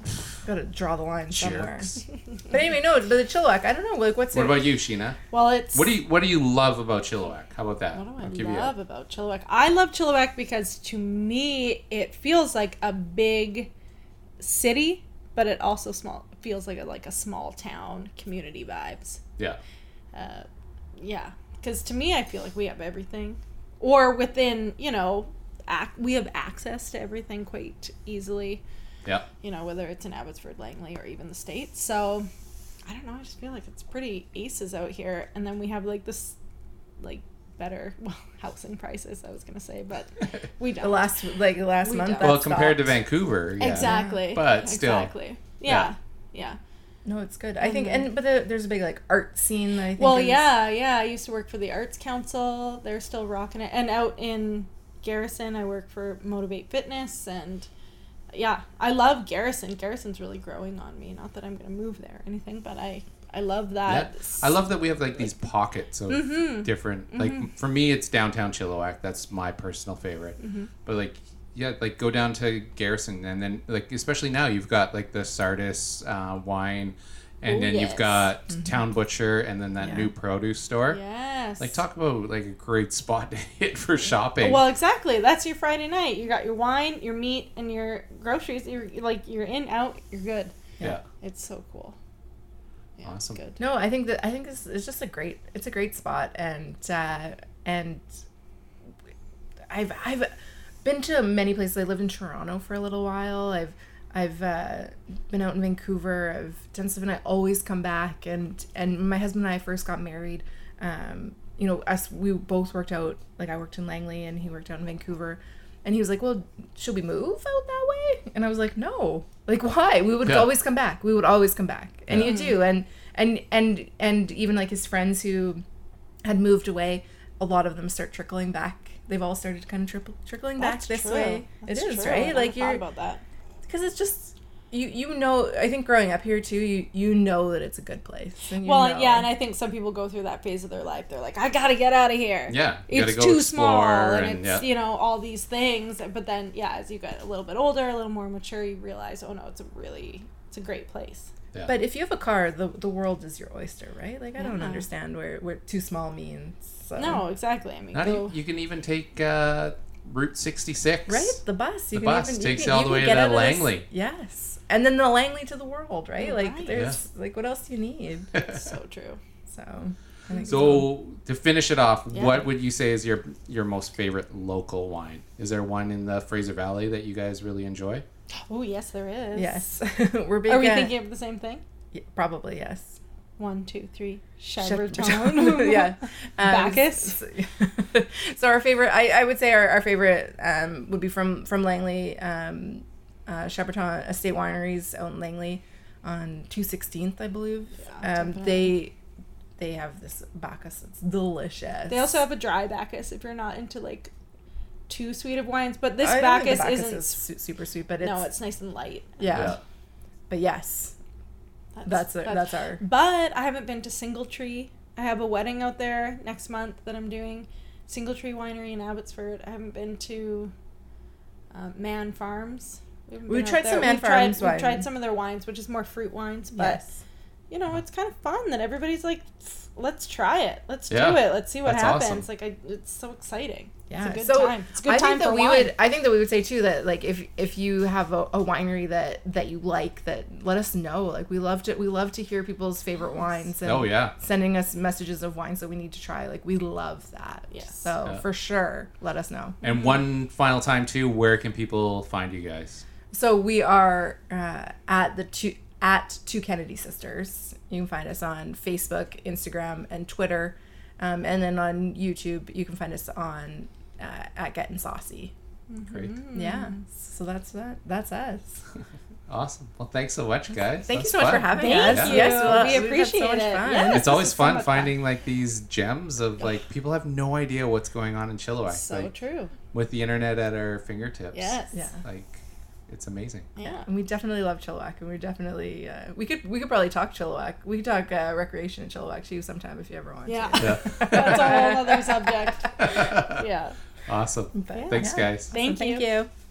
Speaker 2: Gotta draw the line somewhere.
Speaker 1: Jerks.
Speaker 2: But anyway, no, but the Chilliwack, I don't know, like, what's
Speaker 1: What
Speaker 2: your-
Speaker 1: about you, Sheena?
Speaker 3: Well, it's
Speaker 1: What do you What do you love about Chilliwack? How about that? I'll
Speaker 3: What do
Speaker 1: give
Speaker 3: I
Speaker 1: you a-
Speaker 3: love about Chilliwack? I love Chilliwack because to me it feels like a big city, but it also small feels like a, like a small town community vibes.
Speaker 1: yeah.
Speaker 3: Uh, yeah, because to me I feel like we have everything, or within you know, ac- we have access to everything quite easily.
Speaker 1: Yeah.
Speaker 3: You know whether it's in Abbotsford, Langley, or even the states. So I don't know. I just feel like it's pretty aces out here, and then we have like this like better *laughs* well housing prices. I was gonna say, but we don't.
Speaker 2: the last, like, the last
Speaker 3: We
Speaker 2: month?
Speaker 3: don't.
Speaker 2: that
Speaker 1: well, compared to
Speaker 2: stopped.
Speaker 1: Vancouver, yeah.
Speaker 3: Exactly.
Speaker 1: But still.
Speaker 3: Exactly. Yeah. Yeah.
Speaker 2: No, it's good. I think, and, but the, there's a big, like, art scene that I think
Speaker 3: Mm-hmm. Well,
Speaker 2: is-
Speaker 3: yeah, yeah. I used to work for the Arts Council. They're still rocking it. And out in Garrison, I work for Motivate Fitness. And yeah, I love Garrison. Garrison's really growing on me. Not that I'm going to move there or anything, but I, I love
Speaker 1: Yeah.
Speaker 3: that.
Speaker 1: I love that we have like these pockets of
Speaker 3: Mm-hmm. Mm-hmm.
Speaker 1: different. Like for me, it's downtown Chilliwack. That's my personal favorite. But like yeah, like go down to Garrison, and then like especially now you've got like the Sardis uh, wine, and
Speaker 3: Oh,
Speaker 1: then
Speaker 3: yes.
Speaker 1: you've got Town Butcher, and then that
Speaker 2: Yeah.
Speaker 1: new produce store.
Speaker 3: Yes.
Speaker 1: Like talk about like a great spot *laughs* to hit for shopping.
Speaker 3: Well, exactly. That's your Friday night. You got your wine, your meat, and your groceries. You're like you're in, out. You're good.
Speaker 1: yeah,
Speaker 3: It's so cool. Yeah, it's
Speaker 1: Awesome.
Speaker 3: Good.
Speaker 2: No, I think that I think this is just a great it's a great spot and uh, and I've I've been to many places. I lived in Toronto for a little while. I've I've uh, been out in Vancouver. I've done stuff, and I always come back. And and my husband and I first got married. Um, you know, us we both worked out. Like I worked in Langley, and he worked out in Vancouver. And he was like, "Well, should we move out that way?" And I was like, "No. Like, why? We would
Speaker 1: Yeah.
Speaker 2: always come back. We would always come back." And you do. And and and and even like his friends who had moved away, a lot of them start trickling back. They've all started kind of triple, trickling
Speaker 3: That's
Speaker 2: back this
Speaker 3: true.
Speaker 2: way.
Speaker 3: That's
Speaker 2: it is
Speaker 3: true. I
Speaker 2: right,
Speaker 3: never
Speaker 2: like
Speaker 3: thought
Speaker 2: you're
Speaker 3: about that.
Speaker 2: because it's just you. You know, I think growing up here too, you you know that it's a good place. And you
Speaker 3: Well,
Speaker 2: know.
Speaker 3: yeah, and I think some people go through that phase of their life. They're like, I gotta get out of here.
Speaker 1: Yeah, you gotta
Speaker 3: it's
Speaker 1: go
Speaker 3: too small,
Speaker 1: explore
Speaker 3: and,
Speaker 1: and,
Speaker 3: it's
Speaker 1: yeah.
Speaker 3: you know all these things. But then, yeah, as you get a little bit older, a little more mature, you realize, oh no, it's a really, it's a great place.
Speaker 2: But if you have a car, the the world is your oyster, right? Like I don't
Speaker 3: Yeah.
Speaker 2: understand where where too small means. So.
Speaker 3: No, exactly. I mean,
Speaker 1: Uh-huh. Not
Speaker 3: go,
Speaker 1: even, you can even take uh, Route sixty six.
Speaker 2: Right, the bus. You
Speaker 1: The
Speaker 2: can
Speaker 1: bus
Speaker 2: even,
Speaker 1: takes
Speaker 2: you
Speaker 1: you
Speaker 2: can,
Speaker 1: all the way
Speaker 2: you can
Speaker 1: to
Speaker 2: get
Speaker 1: that
Speaker 2: out of this-
Speaker 1: Langley.
Speaker 2: yes, and then the Langley to the world, right?
Speaker 3: Oh,
Speaker 2: Like
Speaker 3: right.
Speaker 2: there's like what else do you need?
Speaker 3: *laughs*
Speaker 1: *laughs*
Speaker 3: it's so true.
Speaker 2: So, I think
Speaker 1: So to finish it off,
Speaker 3: Yeah.
Speaker 1: what would you say is your your most favorite local wine? Is there one in the Fraser Valley that you guys really enjoy?
Speaker 3: Oh yes, there is.
Speaker 2: yes, *laughs* we're big.
Speaker 3: Are we
Speaker 2: uh,
Speaker 3: thinking of the same thing?
Speaker 2: yeah, probably yes.
Speaker 3: One, two, three.
Speaker 2: *laughs* Shepherd
Speaker 3: Chevrolet. *laughs*
Speaker 2: yeah.
Speaker 3: Bacchus?
Speaker 2: So, *laughs* so our favorite, I, I would say our, our favorite um, would be from from Langley, um, uh, Shepperton Estate Wineries out in Langley on 216th, I believe.
Speaker 3: Yeah,
Speaker 2: um, they they have this Bacchus. It's delicious.
Speaker 3: They also have a dry Bacchus if you're not into like too sweet of wines, but this
Speaker 2: I don't think
Speaker 3: Bacchus,
Speaker 2: the Bacchus
Speaker 3: isn't.
Speaker 2: is su- super sweet, but it's,
Speaker 3: no, it's nice and light.
Speaker 2: yeah. But yes, that's our- that's our-
Speaker 3: But I haven't been to Singletree. I have a wedding out there next month that I'm doing. Singletree Winery in Abbotsford. I haven't been to um, Man Farms. We haven't
Speaker 2: We
Speaker 3: been out
Speaker 2: tried some
Speaker 3: there.
Speaker 2: Man
Speaker 3: We've tried-
Speaker 2: Farms
Speaker 3: We've
Speaker 2: wine.
Speaker 3: tried some of their wines, which is more fruit wines, but
Speaker 2: yes.
Speaker 3: you know, it's kind of fun that everybody's like, let's try it, let's
Speaker 1: Yeah.
Speaker 3: do it, let's see what
Speaker 1: That's
Speaker 3: happens.
Speaker 1: awesome.
Speaker 3: Like, I, it's so exciting.
Speaker 2: Yeah,
Speaker 3: it's a good
Speaker 2: so
Speaker 3: time. It's a good
Speaker 2: I
Speaker 3: time
Speaker 2: think that
Speaker 3: for
Speaker 2: we
Speaker 3: wine.
Speaker 2: would. I think that we would say too that like if if you have a, a winery that that you like, that let us know. Like we love to we love to hear people's favorite wines. And
Speaker 1: Oh yeah.
Speaker 2: sending us messages of wines that we need to try. Like we love that.
Speaker 3: Yes.
Speaker 2: So
Speaker 1: Yeah.
Speaker 2: for sure, let us know.
Speaker 1: And one final time too, where can people find you guys?
Speaker 2: So we are uh, at the two at two Kennedy sisters. You can find us on Facebook, Instagram, and Twitter, um, and then on YouTube. You can find us on uh, at Getting Saucy.
Speaker 1: Great.
Speaker 2: Yeah. So that's that. Mm-hmm. That's us.
Speaker 1: Awesome. Well, thanks so much, guys.
Speaker 2: Thank you
Speaker 1: That's
Speaker 2: so much for
Speaker 1: fun.
Speaker 2: having
Speaker 3: Thank
Speaker 2: us.
Speaker 1: you.
Speaker 2: well,
Speaker 3: We
Speaker 2: we've had
Speaker 3: appreciate
Speaker 2: so much
Speaker 3: it.
Speaker 2: fun.
Speaker 3: Yes.
Speaker 1: It's always
Speaker 3: This is so
Speaker 1: fun
Speaker 3: much fun.
Speaker 1: finding like these gems of like people have no idea what's going on in Chilliwack.
Speaker 3: so
Speaker 1: like,
Speaker 3: true.
Speaker 1: With the internet at our fingertips.
Speaker 3: Yes.
Speaker 2: Yeah.
Speaker 1: Like, it's amazing.
Speaker 2: *laughs*
Speaker 3: Yeah.
Speaker 2: And we definitely love Chilliwack, and we're definitely uh, we could we could probably talk Chilliwack. We could talk uh, recreation in Chilliwack too sometime if you ever want
Speaker 3: Yeah.
Speaker 2: to.
Speaker 1: Yeah.
Speaker 3: That's a whole other subject. Yeah.
Speaker 1: *laughs* Awesome.
Speaker 2: *laughs* *laughs* But,
Speaker 1: Thanks,
Speaker 2: yeah.
Speaker 1: guys.
Speaker 3: Thank
Speaker 2: So
Speaker 3: you.
Speaker 2: Thank you.